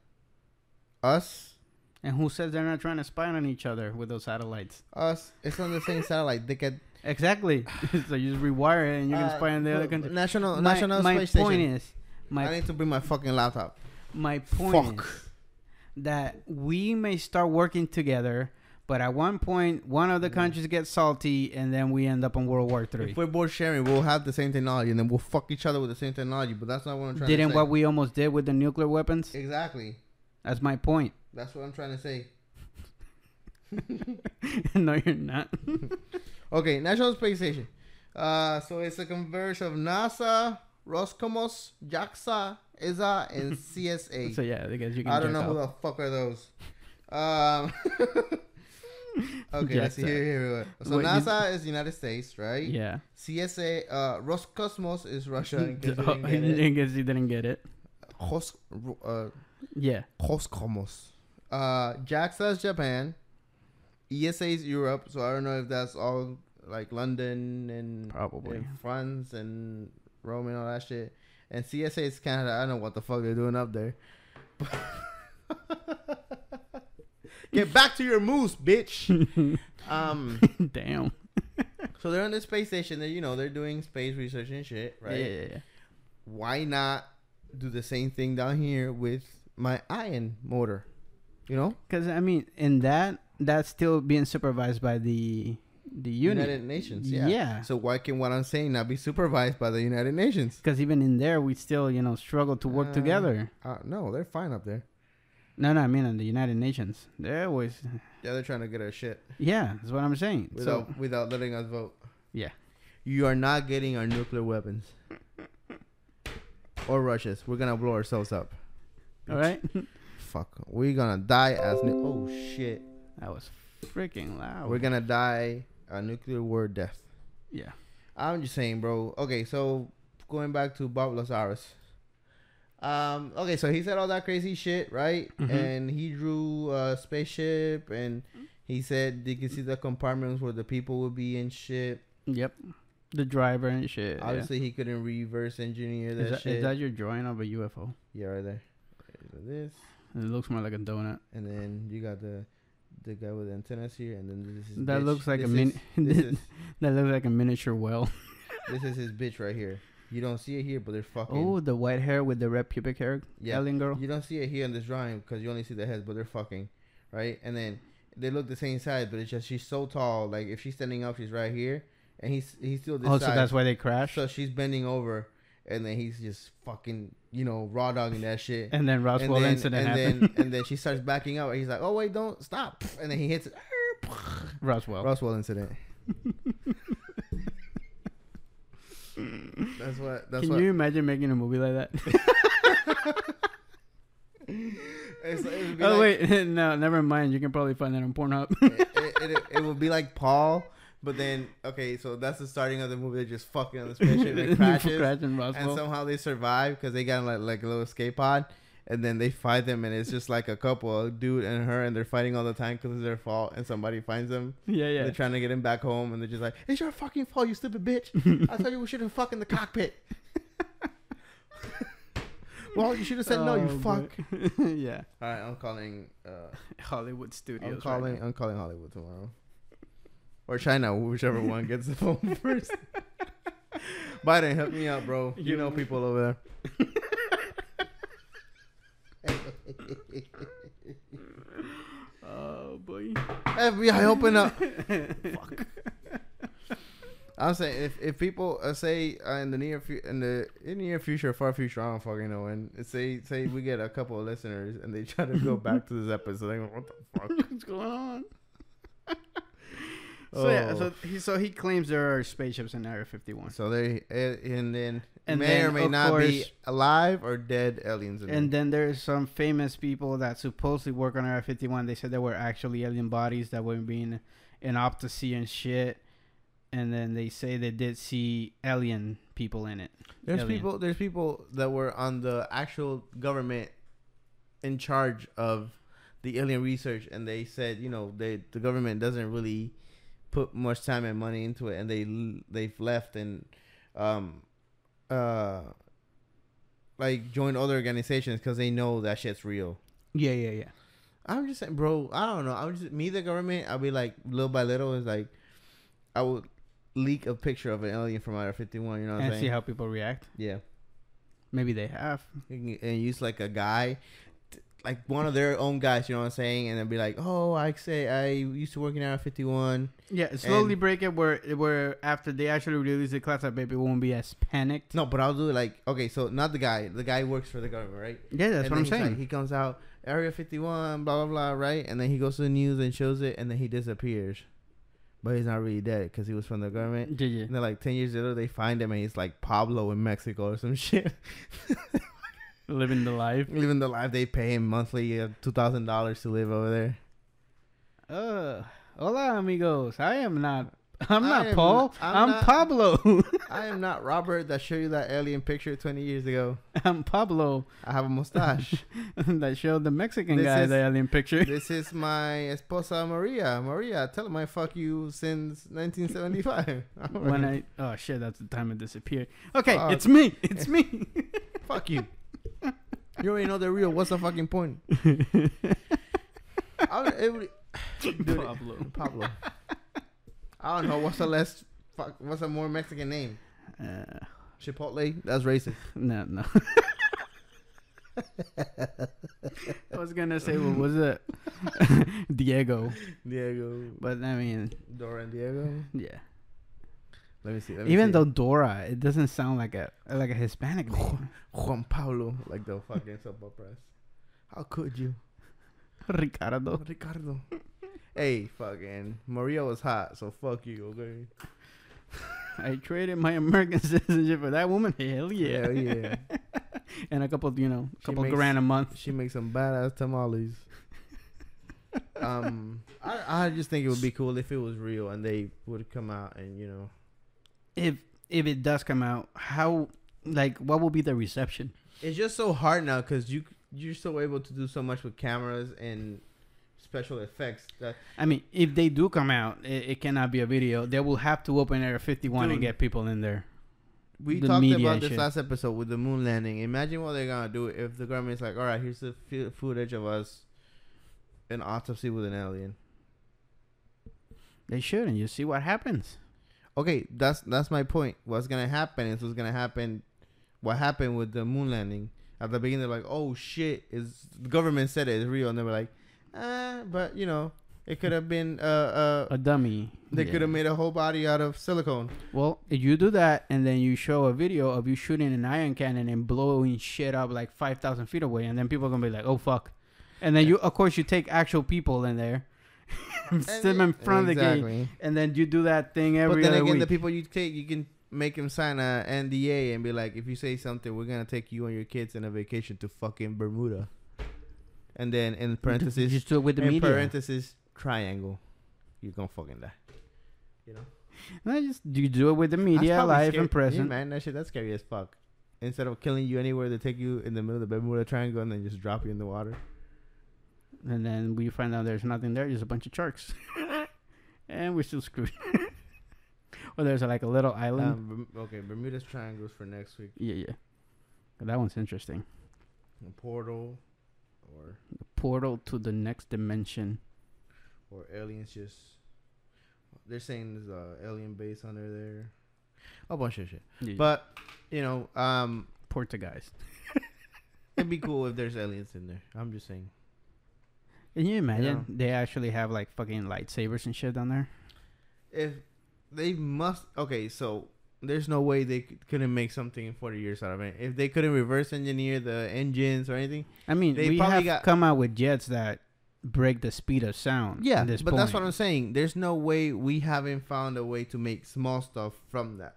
Speaker 1: us,
Speaker 2: And who says they're not trying to spy on each other with those satellites?
Speaker 1: Us, it's on the same satellite. They could
Speaker 2: Exactly. so you just rewire it and you can
Speaker 1: Uh,
Speaker 2: spy on the other
Speaker 1: but
Speaker 2: country.
Speaker 1: National
Speaker 2: my,
Speaker 1: National
Speaker 2: my
Speaker 1: Space
Speaker 2: point
Speaker 1: Station.
Speaker 2: is, my
Speaker 1: I need to bring my fucking laptop.
Speaker 2: My point
Speaker 1: Fuck.
Speaker 2: is that we may start working together, but at one point, one
Speaker 1: Mm-hmm.
Speaker 2: of the countries gets salty, and then we end up in World War Three.
Speaker 1: If we're both sharing, we'll have the same technology, and then we'll fuck each other with the same technology. But that's not what I'm trying
Speaker 2: Didn't
Speaker 1: to
Speaker 2: what
Speaker 1: say.
Speaker 2: we almost did with the nuclear weapons?
Speaker 1: exactly.
Speaker 2: That's my point.
Speaker 1: That's what I'm trying to say.
Speaker 2: no, you're not.
Speaker 1: Okay, National Space Station. Uh, so it's a converge of NASA, Roscosmos, JAXA, ESA, and CSA.
Speaker 2: So yeah, I guess you can.
Speaker 1: I don't know
Speaker 2: check
Speaker 1: who
Speaker 2: out.
Speaker 1: the fuck are those. Um, okay, let's see
Speaker 2: JAXA.
Speaker 1: here. here we go. So
Speaker 2: Wait, you-
Speaker 1: NASA is United States, right?
Speaker 2: Yeah,
Speaker 1: CSA, uh, Roscosmos is Russia. In case you
Speaker 2: Oh,
Speaker 1: didn't get it.
Speaker 2: in case you didn't get it.
Speaker 1: Ros- uh,
Speaker 2: Yeah,
Speaker 1: Roscosmos. Uh, JAXA is Japan. ESA is Europe. So I don't know if that's all like London and
Speaker 2: probably.
Speaker 1: and France and Rome and all that shit. And CSA is Canada. I don't know what the fuck they're doing up there. Get back to your moose, bitch. um,
Speaker 2: Damn.
Speaker 1: so they're on the space station. They, you know, they're doing space research and shit, right?
Speaker 2: Yeah, yeah, yeah.
Speaker 1: Why not do the same thing down here with my ion motor? You know,
Speaker 2: Because I mean, in that, that's still being supervised by the the
Speaker 1: United
Speaker 2: unit.
Speaker 1: Nations. Yeah.
Speaker 2: Yeah.
Speaker 1: So why can what I'm saying not be supervised by the United Nations?
Speaker 2: Because even in there, we still, you know, struggle to work
Speaker 1: Uh,
Speaker 2: together.
Speaker 1: Uh, no, they're fine up there.
Speaker 2: No, no, I mean in the United Nations. They always,
Speaker 1: Yeah, they're trying to get our shit.
Speaker 2: yeah, that's what I'm saying.
Speaker 1: without
Speaker 2: so
Speaker 1: without letting us vote.
Speaker 2: Yeah.
Speaker 1: You are not getting our nuclear weapons or Russia's. We're gonna blow ourselves up.
Speaker 2: all right,
Speaker 1: Fuck. We're gonna die as nu- oh shit.
Speaker 2: that was freaking loud.
Speaker 1: We're gonna die a nuclear war death.
Speaker 2: yeah,
Speaker 1: I'm just saying, bro. Okay, so going back to Bob Lazarus. Um, okay, so he said all that crazy shit, right?
Speaker 2: Mhm.
Speaker 1: And he drew a spaceship and he said you can see the compartments where the people would be and shit.
Speaker 2: yep. The driver and shit. yeah.
Speaker 1: Obviously, he couldn't reverse engineer that,
Speaker 2: Is, that,
Speaker 1: shit.
Speaker 2: is that your drawing of a UFO?
Speaker 1: yeah, right there. This
Speaker 2: It looks more like a donut.
Speaker 1: and then you got the the guy with the antennas here, and then this is his
Speaker 2: That
Speaker 1: bitch.
Speaker 2: looks like a
Speaker 1: This
Speaker 2: mini-
Speaker 1: is- This is,
Speaker 2: That looks like a miniature whale.
Speaker 1: this is his bitch right here. You don't see it here, but they're fucking.
Speaker 2: Oh, the white hair with the red pubic hair,
Speaker 1: Yeah.
Speaker 2: alien girl.
Speaker 1: You don't see it here in this drawing because you only see the heads, but they're fucking, right? And then they look the same size, but it's just she's so tall. Like if she's standing up, she's right here, and he's he's still this
Speaker 2: Oh, so
Speaker 1: size.
Speaker 2: that's why they crashed.
Speaker 1: so she's bending over, and then he's just fucking, you know, raw dogging that shit.
Speaker 2: and then Roswell
Speaker 1: and then,
Speaker 2: incident
Speaker 1: and
Speaker 2: happened.
Speaker 1: then, and then she starts backing up. And he's like, "Oh wait, don't stop!" And then he hits it.
Speaker 2: Roswell.
Speaker 1: Roswell incident. that's what. That's
Speaker 2: Can
Speaker 1: what.
Speaker 2: you imagine making a movie like that?
Speaker 1: it's, it would be
Speaker 2: oh
Speaker 1: like,
Speaker 2: wait, no, never mind. You can probably find that on Pornhub.
Speaker 1: it, it, it, it would be like Paul, but then okay, so that's the starting of the movie. They're just fucking on the spaceship and it crashes,
Speaker 2: Crash in
Speaker 1: and
Speaker 2: Roswell.
Speaker 1: somehow they survive because they got like like a little escape pod. And then they fight them, and it's just like a couple, a dude and her, and they're fighting all the time because it's their fault. And somebody finds them,
Speaker 2: yeah,
Speaker 1: And
Speaker 2: yeah.
Speaker 1: They're trying to get him back home, and they're just like, "It's your fucking fault, you stupid bitch! I told you we should have fucked in the cockpit." well, you should have said no, you
Speaker 2: Oh,
Speaker 1: fuck.
Speaker 2: boy. yeah.
Speaker 1: All right, I'm calling. Uh,
Speaker 2: Hollywood
Speaker 1: I'm
Speaker 2: Studios. right
Speaker 1: calling.
Speaker 2: now.
Speaker 1: I'm calling Hollywood tomorrow, or China, whichever one gets the phone first. Biden, help me out, bro. You
Speaker 2: You-
Speaker 1: know people over
Speaker 2: Oh boy.
Speaker 1: there. FBI, open up. I'm saying if, if people uh, say uh, in the near fu- in the in the near future, far future, I don't fucking know. And say say we get a couple of listeners and they try to go back to this episode, they go, what the fuck?
Speaker 2: What's going on? Oh. So yeah, so he so he claims there are spaceships in Area 51,
Speaker 1: So they uh, and then
Speaker 2: And
Speaker 1: may
Speaker 2: then,
Speaker 1: or may
Speaker 2: of
Speaker 1: not be
Speaker 2: course-
Speaker 1: alive or dead aliens. In
Speaker 2: and
Speaker 1: there.
Speaker 2: then there's some famous people that supposedly work on Area 51. They said there were actually alien bodies that were being in autopsy and shit, and then they say they did see alien people in it.
Speaker 1: there's
Speaker 2: alien.
Speaker 1: people there's people that were on the actual government in charge of the alien research, and they said you know they the government doesn't really put much time and money into it, and they l- they've left and um uh like joined other organizations because they know that shit's real.
Speaker 2: Yeah, yeah, yeah.
Speaker 1: I'm just saying, bro. I don't know. I'm just me, the government. I'll be like little by little is like, I would leak a picture of an alien from Area 51. You know what I'm
Speaker 2: and
Speaker 1: saying?
Speaker 2: see how people react.
Speaker 1: yeah,
Speaker 2: Maybe they have.
Speaker 1: and and use like a guy, t- like one of their own guys. You know what I'm saying? And then be like, oh, I say I used to work in Area 51.
Speaker 2: Yeah, slowly break it where where after they actually release the class, I bet people won't be as panicked.
Speaker 1: No, but I'll do it like okay. So not the guy. The guy works for the government, right?
Speaker 2: Yeah, that's
Speaker 1: And
Speaker 2: what
Speaker 1: then
Speaker 2: I'm
Speaker 1: he's
Speaker 2: saying.
Speaker 1: Like, he comes out Area 51, blah blah blah, right? And then he goes to the news and shows it, and then he disappears. But he's not really dead because he was from the government.
Speaker 2: Did you?
Speaker 1: And then like ten years later, they find him, and he's like Pablo in Mexico or some shit.
Speaker 2: Living the life.
Speaker 1: Living the life they pay him monthly, uh, two thousand dollars to live over there.
Speaker 2: Uh, hola amigos. I am not. I'm
Speaker 1: I
Speaker 2: not
Speaker 1: am-
Speaker 2: Paul.
Speaker 1: I'm
Speaker 2: I'm,
Speaker 1: not-
Speaker 2: Pablo.
Speaker 1: I am not Robert that showed you that alien picture twenty years ago.
Speaker 2: I'm Pablo
Speaker 1: I have a mustache.
Speaker 2: that showed the Mexican
Speaker 1: This
Speaker 2: guy
Speaker 1: is-
Speaker 2: the alien picture.
Speaker 1: this is my esposa Maria. Maria, tell him I fuck you since nineteen seventy five.
Speaker 2: when I oh shit, that's the time it disappeared. Okay,
Speaker 1: Fuck.
Speaker 2: it's me. It's me.
Speaker 1: Fuck you. You already know the real. What's the fucking point? I, don't- it, would- dude,
Speaker 2: Pablo.
Speaker 1: Pablo. I don't know. What's the less? Fuck, what's a more Mexican name?
Speaker 2: Uh,
Speaker 1: Chipotle. That's racist.
Speaker 2: no, no. I was gonna say what was it, Diego?
Speaker 1: Diego.
Speaker 2: But I mean,
Speaker 1: Dora and Diego.
Speaker 2: yeah.
Speaker 1: Let me see. let me
Speaker 2: Even
Speaker 1: see.
Speaker 2: though Dora, it doesn't sound like a like a Hispanic name.
Speaker 1: Juan Pablo, like the fucking soap operas. How could you,
Speaker 2: Ricardo.
Speaker 1: Ricardo? hey, fucking Maria was hot, so fuck you, okay?
Speaker 2: I traded my American citizenship for that woman. Hell yeah.
Speaker 1: Hell yeah.
Speaker 2: and a couple, you know,
Speaker 1: She
Speaker 2: couple
Speaker 1: makes-
Speaker 2: grand a month.
Speaker 1: She makes some badass tamales. um, I I just think it would be cool if it was real and they would come out and you know
Speaker 2: If if it does come out, how like what will be the reception?
Speaker 1: it's just so hard now because you you're so able to do so much with cameras and special effects that
Speaker 2: I mean, if they do come out, it, it cannot be a video. They will have to open Area 51
Speaker 1: Dude.
Speaker 2: and get people in there.
Speaker 1: we
Speaker 2: The
Speaker 1: talked
Speaker 2: media
Speaker 1: about
Speaker 2: and
Speaker 1: this
Speaker 2: shit.
Speaker 1: last episode with the moon landing. Imagine what they're gonna do if the government's like, all right, here's the f- footage of us, an autopsy with an alien.
Speaker 2: They should, and you see what happens.
Speaker 1: Okay, that's that's my point. What's gonna happen is what's gonna happen. What happened with the moon landing at the beginning? They're like, "Oh shit!" Is the government said it is real, and they were like, "Ah," but you know, it could have been. Uh, uh,
Speaker 2: A dummy.
Speaker 1: they
Speaker 2: Yeah.
Speaker 1: could have made a whole body out of silicone.
Speaker 2: Well, if you do that, and then you show a video of you shooting an iron cannon and blowing shit up like five thousand feet away, and then people are gonna be like, "Oh fuck," and then you, of course, you take actual people in there, and sit them in front of the gate, and then you do that thing
Speaker 1: But
Speaker 2: every
Speaker 1: then
Speaker 2: other
Speaker 1: again,
Speaker 2: week.
Speaker 1: the people you take, you can make them sign a NDA and be like, "If you say something, we're gonna take you and your kids on a vacation to fucking Bermuda." And then in parentheses,
Speaker 2: just do it with the
Speaker 1: in
Speaker 2: media.
Speaker 1: parentheses triangle, you're gonna fucking die. You know,
Speaker 2: no, just you do it with the
Speaker 1: That's
Speaker 2: media,
Speaker 1: probably
Speaker 2: live
Speaker 1: scary-
Speaker 2: and present.
Speaker 1: Yeah, man, that shit that's scary as fuck. Instead of killing you anywhere, they take you in the middle of the Bermuda Triangle and then just drop you in the water.
Speaker 2: and then we find out there's nothing there, just a bunch of sharks, and we're still screwed. well, there's like a little island.
Speaker 1: Um, Berm- okay, Bermuda's Triangles for next week.
Speaker 2: yeah, yeah, that one's interesting.
Speaker 1: A portal, or
Speaker 2: Portal to the next dimension.
Speaker 1: or aliens just. They're saying there's a alien base under there, a bunch of shit.
Speaker 2: Yeah, yeah.
Speaker 1: But you know, um,
Speaker 2: Portuguese.
Speaker 1: it'd be cool if there's aliens in there. I'm just saying.
Speaker 2: Can you imagine
Speaker 1: Yeah.
Speaker 2: they actually have like fucking lightsabers and shit down there?
Speaker 1: if they must okay so there's no way they c- couldn't make something in 40 years out of it if they couldn't reverse engineer the engines or anything
Speaker 2: I mean,
Speaker 1: They
Speaker 2: we
Speaker 1: probably
Speaker 2: have
Speaker 1: got-
Speaker 2: come out with jets that break the speed of sound.
Speaker 1: yeah
Speaker 2: at this
Speaker 1: but that's what i'm
Speaker 2: point.
Speaker 1: saying there's no way we haven't found a way to make small stuff from that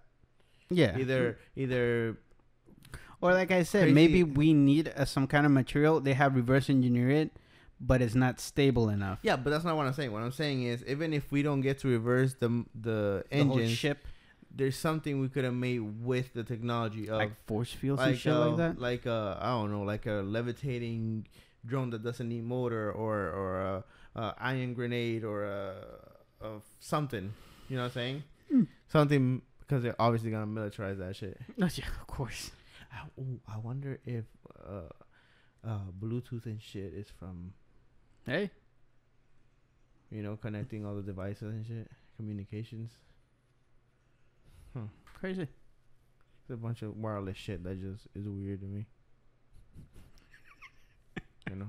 Speaker 2: Yeah.
Speaker 1: either either
Speaker 2: or like I said,
Speaker 1: crazy-
Speaker 2: maybe we need uh, some kind of material. They have reverse engineered it, but it's not stable enough.
Speaker 1: yeah but that's not what i'm saying what i'm saying is even if we don't get to reverse the m- the,
Speaker 2: The whole
Speaker 1: engines
Speaker 2: ship,
Speaker 1: there's something we could have made with the technology of
Speaker 2: like force fields
Speaker 1: like
Speaker 2: and shit
Speaker 1: uh,
Speaker 2: like that.
Speaker 1: like a I don't know, like a levitating drone that doesn't need motor, or or a, a iron grenade, or a, a something. You know what I'm saying?
Speaker 2: Hmm.
Speaker 1: Something because they're obviously gonna militarize that shit.
Speaker 2: No, Oh, yeah, of course.
Speaker 1: I, ooh, I wonder if uh, uh, Bluetooth and shit is from
Speaker 2: Hey,
Speaker 1: You know, connecting all the devices and shit, communications.
Speaker 2: crazy.
Speaker 1: It's a bunch of wireless shit that just is weird to me. you know,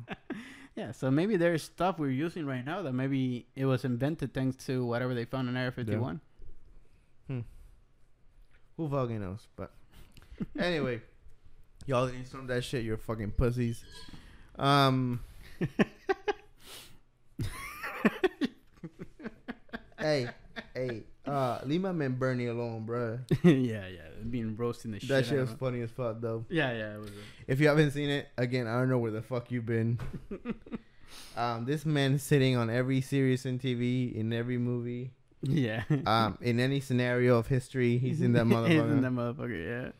Speaker 2: Yeah, so maybe there's stuff we're using right now that maybe it was invented thanks to whatever they found in Area 51.
Speaker 1: who fucking knows? But anyway, y'all need some of that shit. You're fucking pussies. Um. hey, hey, uh, leave my man Bernie alone, bruh.
Speaker 2: Yeah, yeah, being roasting the shit.
Speaker 1: That
Speaker 2: out
Speaker 1: shit
Speaker 2: of
Speaker 1: was
Speaker 2: him.
Speaker 1: funny as fuck, though.
Speaker 2: Yeah, yeah, it was.
Speaker 1: If you haven't seen it, again, I don't know where the fuck you've been. um, this man sitting on every series in TV, in every movie,
Speaker 2: yeah.
Speaker 1: um, in any scenario of history, he's in that
Speaker 2: He's in that
Speaker 1: motherfucker.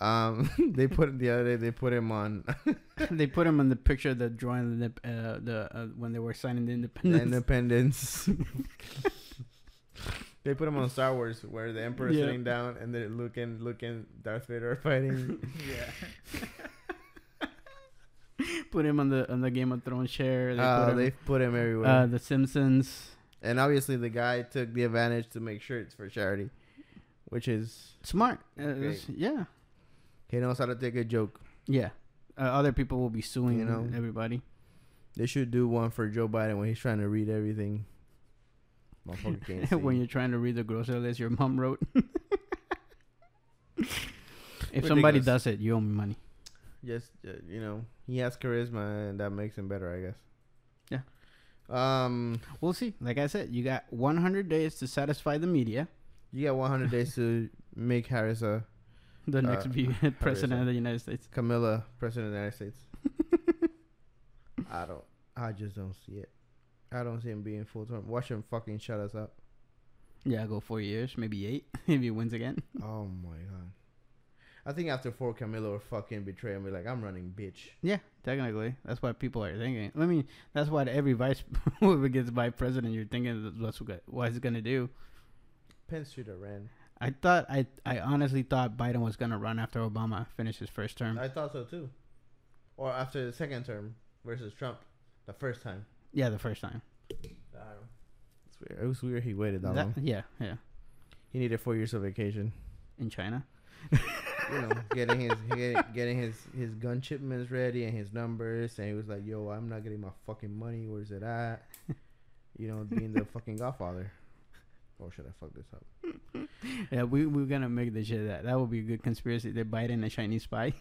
Speaker 2: motherfucker.
Speaker 1: um, they put him the other day. They put him on
Speaker 2: Yeah, they put him on the picture of the drawing the uh, the uh, when they were signing the
Speaker 1: the
Speaker 2: independence.
Speaker 1: Independence. they put him on Star Wars, where the Emperor's
Speaker 2: Yeah.
Speaker 1: sitting down and they're looking, looking, Darth Vader fighting.
Speaker 2: yeah. put him on the on the Game of Thrones chair.
Speaker 1: They
Speaker 2: They
Speaker 1: uh,
Speaker 2: put him,
Speaker 1: they put him everywhere,
Speaker 2: uh, the Simpsons.
Speaker 1: and obviously the guy took the advantage to make shirts for charity, which is
Speaker 2: Smart. Uh,
Speaker 1: Great.
Speaker 2: it's- yeah,
Speaker 1: He knows how to take a joke.
Speaker 2: yeah. Uh, other people will be suing
Speaker 1: You know.
Speaker 2: everybody.
Speaker 1: They should do one for Joe Biden when he's trying to read everything. Motherfucker can't see.
Speaker 2: when you're trying to read the grocery list your mom wrote. if somebody
Speaker 1: Ridiculous.
Speaker 2: does it, you owe me money.
Speaker 1: just uh, you know, he has charisma and that makes him better, I guess.
Speaker 2: Yeah.
Speaker 1: Um,
Speaker 2: We'll see. Like I said, you got 100 days to satisfy the media.
Speaker 1: you got 100 days to make Harris a
Speaker 2: The next
Speaker 1: Uh,
Speaker 2: be- president
Speaker 1: it?
Speaker 2: of the United States.
Speaker 1: Camilla president of the United States. I don't. I just don't see it. I don't see him being full term. Watch him fucking shut us up.
Speaker 2: Yeah, go four years, maybe eight, if he wins again.
Speaker 1: Oh my god. I think after four, Camilla will fucking betray him. Be like, I'm running, bitch.
Speaker 2: Yeah, technically, that's what people are thinking. I mean, that's what every vice whoever gets vice president, you're thinking that that's what what he's gonna do.
Speaker 1: Pence should have ran.
Speaker 2: I thought I I honestly thought Biden was gonna run after Obama finished his first term.
Speaker 1: I thought so too. Or after the second term versus Trump, the first time.
Speaker 2: yeah, the first time.
Speaker 1: It's weird. It was weird he waited that,
Speaker 2: That-
Speaker 1: long.
Speaker 2: yeah, yeah,
Speaker 1: He needed four years of vacation.
Speaker 2: in China.
Speaker 1: You know, getting his getting, getting his his gun shipments ready and his numbers, and he was like, "Yo, I'm not getting my fucking money. Where's it at?" You know, being the fucking Godfather. Or should I fuck this up?
Speaker 2: Yeah, we we're gonna make the shit that that would be a good conspiracy. That Biden a Chinese spy.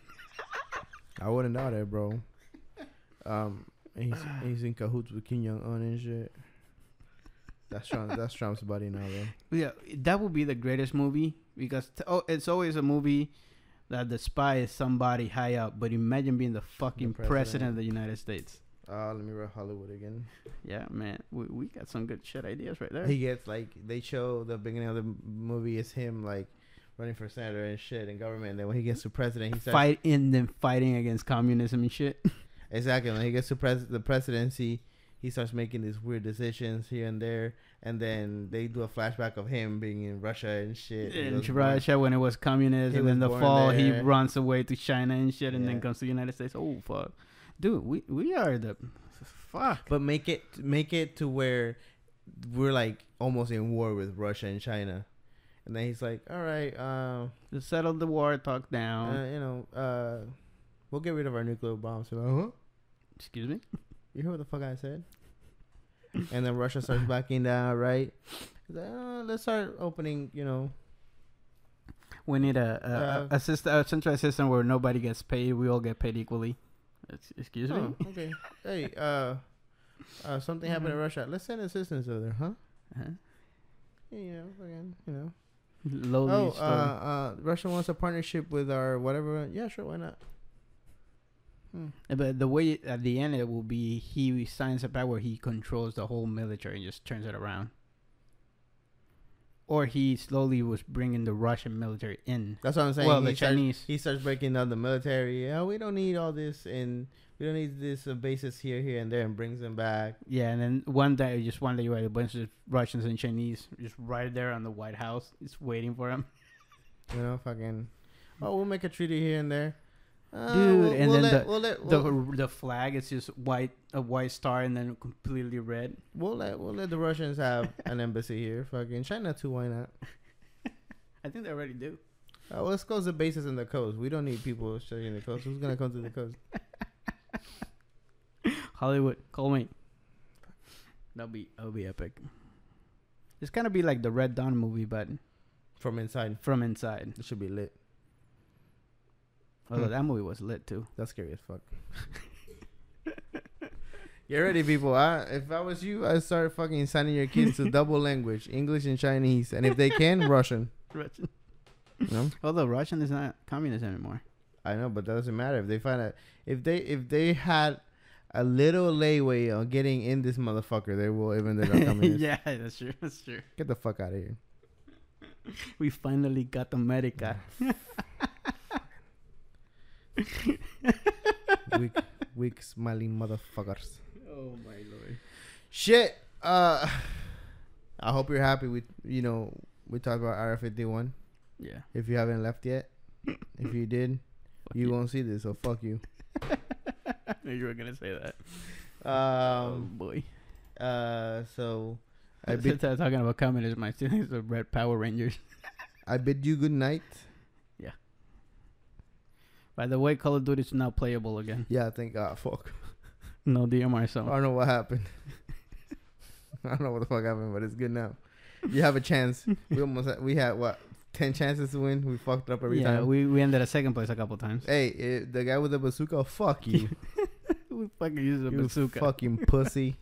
Speaker 1: I wouldn't doubt it, bro. Um, and he's he's in cahoots with Kim Jong Un and shit. That's Trump. That's Trump's buddy now, bro.
Speaker 2: Yeah, that would be the greatest movie because t- oh, it's always a movie that the spy is somebody high up. But imagine being the fucking
Speaker 1: president.
Speaker 2: president of the United States.
Speaker 1: Uh, let me read Hollywood again.
Speaker 2: Yeah, man, we, we got some good shit ideas right there.
Speaker 1: He gets like they show the beginning of the m- movie is him like running for senator and shit and government. And then when he gets to president, he starts
Speaker 2: Fight in them fighting against communism and shit.
Speaker 1: exactly when he gets to pres- the presidency, he starts making these weird decisions here and there. And then they do a flashback of him being in Russia and shit. He
Speaker 2: in
Speaker 1: was
Speaker 2: Russia when it was communist,
Speaker 1: he
Speaker 2: and then
Speaker 1: was
Speaker 2: the
Speaker 1: born
Speaker 2: fall he
Speaker 1: there.
Speaker 2: runs away to China and shit, and then
Speaker 1: Yeah.
Speaker 2: comes to the United States. Oh fuck, dude, we we are the fuck.
Speaker 1: But make it make it to where we're like almost in war with Russia and China. And then he's like, "All right, um,
Speaker 2: To settle the war, talk down.
Speaker 1: uh, you know, uh, we'll get rid of our nuclear bombs." They're like, huh?
Speaker 2: Excuse me.
Speaker 1: You hear what the fuck I said? and then Russia starts backing down, right? He's like, "Uh, let's start opening, you know.
Speaker 2: We need
Speaker 1: Uh,
Speaker 2: a a, a, a, system, a centralized system where nobody gets paid. We all get paid equally. Ex- Excuse
Speaker 1: "Huh,
Speaker 2: me.
Speaker 1: Oh, okay. Hey, uh, uh, something happened
Speaker 2: Mm-hmm.
Speaker 1: in Russia. Let's send assistance over there, huh?
Speaker 2: Uh-huh.
Speaker 1: You know, fucking, you know.
Speaker 2: Lowly
Speaker 1: Oh, uh,
Speaker 2: story.
Speaker 1: uh, Russia wants a partnership with our whatever. Yeah, sure, why not? Hmm.
Speaker 2: Eh, but the way at the end it will be, he signs a pact where he controls the whole military and just turns it around. Or he slowly was bringing the Russian military in.
Speaker 1: That's what I'm saying.
Speaker 2: well,
Speaker 1: he
Speaker 2: the
Speaker 1: starts,
Speaker 2: Chinese.
Speaker 1: he starts breaking down the military. Yeah, we don't need all this, and we don't need this uh, basis here, here, and there, and brings them back.
Speaker 2: Yeah, and then one day, just one day, you had a bunch of Russians and Chinese just right there on the White House, just waiting for him.
Speaker 1: You know, fucking. Oh, we'll make a treaty here and there. Uh, Uh,
Speaker 2: Dude,
Speaker 1: we'll-
Speaker 2: and
Speaker 1: we'll
Speaker 2: then
Speaker 1: let,
Speaker 2: the-
Speaker 1: we'll let
Speaker 2: the
Speaker 1: we'll,
Speaker 2: the flag is just white a white star and then completely red.
Speaker 1: we'll let we'll let the Russians have an embassy here. Fucking China too. Why not?
Speaker 2: I think they already do.
Speaker 1: Uh, let's close the bases in the coast. We don't need people studying the coast. Who's gonna come to the coast?
Speaker 2: Hollywood, call me. That'll be that'll be epic. It's gonna be like the Red Dawn movie, but
Speaker 1: From inside,
Speaker 2: from inside.
Speaker 1: it should be lit.
Speaker 2: Although
Speaker 1: Hmm.
Speaker 2: that movie was lit too.
Speaker 1: That's scary as fuck. Get ready, people. I, if I was you, I'd start fucking signing your kids to double language, English and Chinese, and if they can, Russian.
Speaker 2: Russian.
Speaker 1: You know?
Speaker 2: Although Russian is not communist anymore.
Speaker 1: I know, but that doesn't matter. If they find out, if they if they had a little leeway on getting in this motherfucker, they will even end up coming. in.
Speaker 2: yeah, that's true. That's true.
Speaker 1: Get the fuck out of here.
Speaker 2: We finally got America.
Speaker 1: Weak, weak, smiling motherfuckers.
Speaker 2: Oh my lord.
Speaker 1: Shit. Uh, I hope you're happy with you know we talked about R fifty one.
Speaker 2: Yeah.
Speaker 1: If you haven't left yet, if you did,
Speaker 2: Fuck
Speaker 1: you won't see this. So fuck you.
Speaker 2: I knew you were gonna say that. oh
Speaker 1: Um.
Speaker 2: boy.
Speaker 1: Uh. So, I
Speaker 2: I
Speaker 1: bid
Speaker 2: Since I was talking about communism, my students are red Power Rangers.
Speaker 1: I bid you good night.
Speaker 2: By the way, Call of Duty is now playable again.
Speaker 1: Yeah. Thank God. Fuck.
Speaker 2: No DMR
Speaker 1: I
Speaker 2: zone.
Speaker 1: don't know what happened. I don't know what the fuck happened, but it's good now. You have a chance. We almost had, we had what ten chances to win. We fucked up every
Speaker 2: yeah,
Speaker 1: time.
Speaker 2: we we ended at second place a couple times.
Speaker 1: hey, eh, the guy with the bazooka. Fuck you.
Speaker 2: we fucking used a
Speaker 1: you
Speaker 2: bazooka.
Speaker 1: fucking pussy.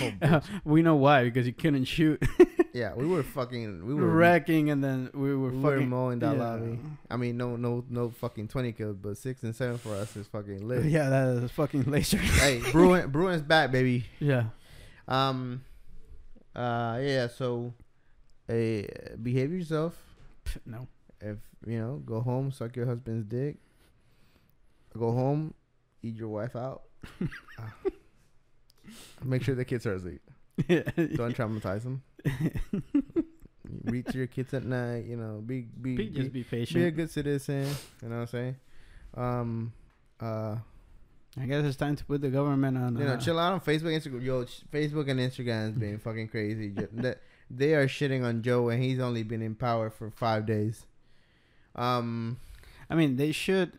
Speaker 1: Oh,
Speaker 2: we know why because you couldn't shoot,
Speaker 1: Yeah, we were fucking. We were
Speaker 2: wrecking, and then we were
Speaker 1: We
Speaker 2: fucking
Speaker 1: were mowing that
Speaker 2: yeah.
Speaker 1: lobby. I mean, no, no, no fucking twenty kills, but six and seven for us is fucking lit.
Speaker 2: Yeah, that is fucking laser.
Speaker 1: hey, Bruin, Bruin's back, baby.
Speaker 2: yeah,
Speaker 1: Um, uh, yeah. So, eh, behave yourself.
Speaker 2: Pff, no.
Speaker 1: If you know, go home, suck your husband's dick. Go home, eat your wife out. Ah. Make sure the kids are asleep. Don't traumatize them. Read to your kids at night. You know, be be
Speaker 2: Be-
Speaker 1: be-
Speaker 2: just
Speaker 1: be
Speaker 2: be
Speaker 1: a
Speaker 2: patient.
Speaker 1: good citizen. You know what I'm saying? Um, uh,
Speaker 2: I guess it's time to put the government on.
Speaker 1: you know,
Speaker 2: uh,
Speaker 1: chill out on Facebook, Instagram. Yo, sh- Facebook and Instagram is being fucking crazy. Ju- that- they are shitting on Joe, and he's only been in power for five days. Um,
Speaker 2: I mean, they should.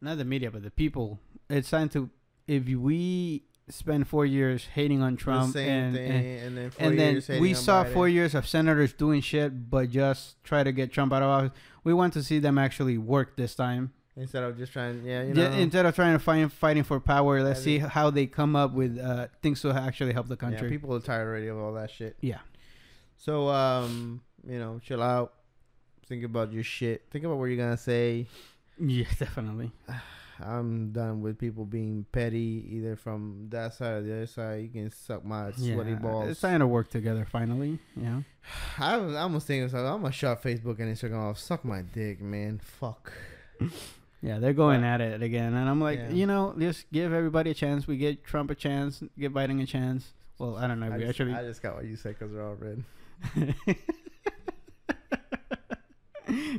Speaker 2: Not the media, but the people. It's time to. If we spend four years hating on
Speaker 1: the
Speaker 2: Trump
Speaker 1: same
Speaker 2: and,
Speaker 1: thing,
Speaker 2: and
Speaker 1: and then four
Speaker 2: and then
Speaker 1: years
Speaker 2: we
Speaker 1: hating on
Speaker 2: saw
Speaker 1: Biden.
Speaker 2: four years of senators doing shit, but just try to get Trump out of office. We want to see them actually work this time.
Speaker 1: instead of just trying. Yeah, you
Speaker 2: Ju-
Speaker 1: know,
Speaker 2: Instead of trying to find fighting for power, let's
Speaker 1: Yeah,
Speaker 2: see
Speaker 1: they-
Speaker 2: how they come up with uh, things to actually help the
Speaker 1: yeah,
Speaker 2: country.
Speaker 1: people are tired already of all that shit.
Speaker 2: Yeah.
Speaker 1: So, um, you know, chill out. Think about your shit. Think about what you're gonna say.
Speaker 2: Yeah, definitely.
Speaker 1: I'm done with people being petty, either from that side or the other side. You can suck my sweaty
Speaker 2: yeah,
Speaker 1: balls.
Speaker 2: It's time to work together finally. Yeah.
Speaker 1: I was almost thinking, so I'm gonna shut Facebook and Instagram off. Suck my dick, man. Fuck.
Speaker 2: Yeah, they're going
Speaker 1: But-
Speaker 2: at it again. And I'm like,
Speaker 1: Yeah.
Speaker 2: you know, just give everybody a chance. We get Trump a chance, give Biden a chance. Well, I don't know.
Speaker 1: I
Speaker 2: we
Speaker 1: just,
Speaker 2: actually.
Speaker 1: I just got what you said because they're all red.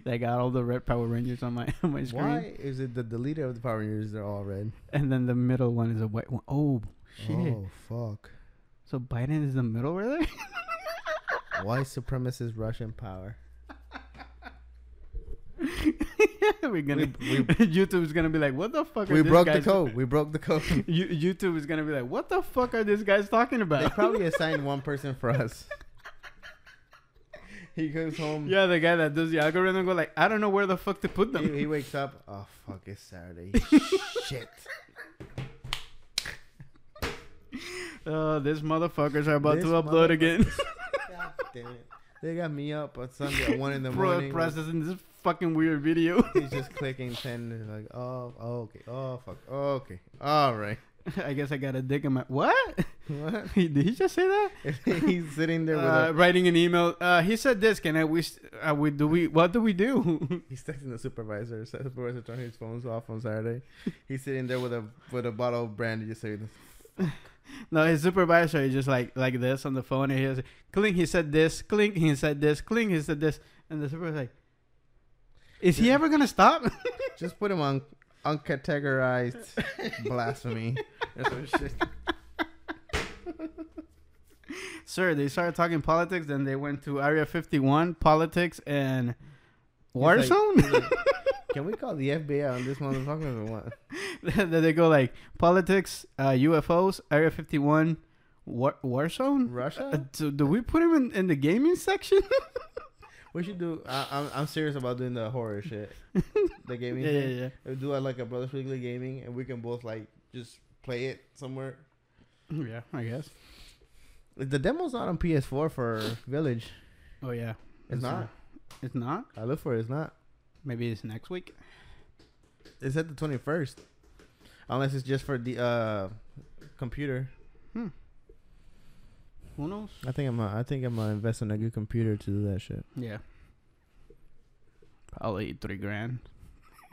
Speaker 2: they got all the red Power Rangers on my on my screen.
Speaker 1: Why is it that the leader of the Power Rangers they're all red?
Speaker 2: And then the middle one is a white one. Oh, shit.
Speaker 1: Oh fuck!
Speaker 2: So Biden is the middle brother?
Speaker 1: White supremacist Russian power.
Speaker 2: We're gonna
Speaker 1: We- we-
Speaker 2: YouTube's gonna be like, what the fuck?
Speaker 1: We
Speaker 2: are these
Speaker 1: broke the
Speaker 2: guys-
Speaker 1: code. We broke the code.
Speaker 2: You- YouTube is gonna be like, what the fuck are these guys talking
Speaker 1: they
Speaker 2: about?
Speaker 1: probably assigned one person for us. He goes home.
Speaker 2: yeah, the guy that does the algorithm go like, I don't know where the fuck to put
Speaker 1: He,
Speaker 2: them.
Speaker 1: he wakes up. Oh fuck! It's Saturday. Shit.
Speaker 2: Oh, these motherfuckers are about
Speaker 1: This
Speaker 2: to upload
Speaker 1: motherfucker-
Speaker 2: again.
Speaker 1: God damn it! They got me up on Sunday at one in the
Speaker 2: Pro-
Speaker 1: morning.
Speaker 2: processing this fucking weird video.
Speaker 1: He's just clicking ten. and Like, oh, oh, okay, oh, fuck, oh, okay, all right.
Speaker 2: I guess I got a dick in my what?
Speaker 1: What?
Speaker 2: Did he just say that?
Speaker 1: He's sitting there with
Speaker 2: Uh,
Speaker 1: a.
Speaker 2: writing an email. Uh, he said this. Can I wish? Uh, we do we? What do we do?
Speaker 1: He's texting the supervisor. So the supervisor turned his phones off on Saturday. He's sitting there with a with a bottle of brandy, just saying,
Speaker 2: no, his supervisor is just like like this on the phone. And he was clink. He said this. Clink. He said this. Clink. He said this. And the supervisor's like, Is he ever gonna stop?
Speaker 1: Just put him on uncategorized blasphemy. That's what it's just-
Speaker 2: Sir, they started talking politics, then they went to Area 51, politics, and war
Speaker 1: like-
Speaker 2: zone.
Speaker 1: Can we call the FBI on this motherfucker or what?
Speaker 2: then they go like politics, uh, UFOs, Area 51, war, war zone. Uh,
Speaker 1: Russia?
Speaker 2: do, do we put him in, in the gaming section?
Speaker 1: We should do. I, I'm I'm serious about doing the horror shit, the gaming.
Speaker 2: yeah, yeah,
Speaker 1: thing.
Speaker 2: yeah.
Speaker 1: We'll Do uh, like a Brothers Weekly gaming, and we can both like just play it somewhere.
Speaker 2: Yeah, I guess.
Speaker 1: The demo's not on PS4 for Village.
Speaker 2: Oh yeah,
Speaker 1: It's not.
Speaker 2: It's not.
Speaker 1: I look for it. It's not.
Speaker 2: Maybe it's next week.
Speaker 1: It's at the 21st, unless it's just for the uh, computer.
Speaker 2: Who knows?
Speaker 1: I think I'm. A, I think I'm gonna invest in a good computer to do that shit.
Speaker 2: Yeah. Probably three grand.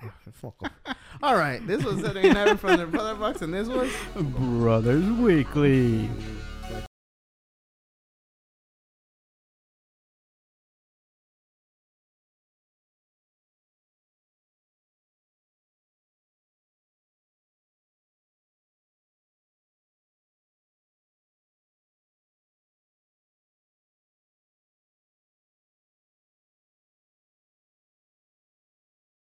Speaker 1: Fuck off. All right, this was Saturday Night from the Brother Box, and this was.
Speaker 2: Brothers Weekly.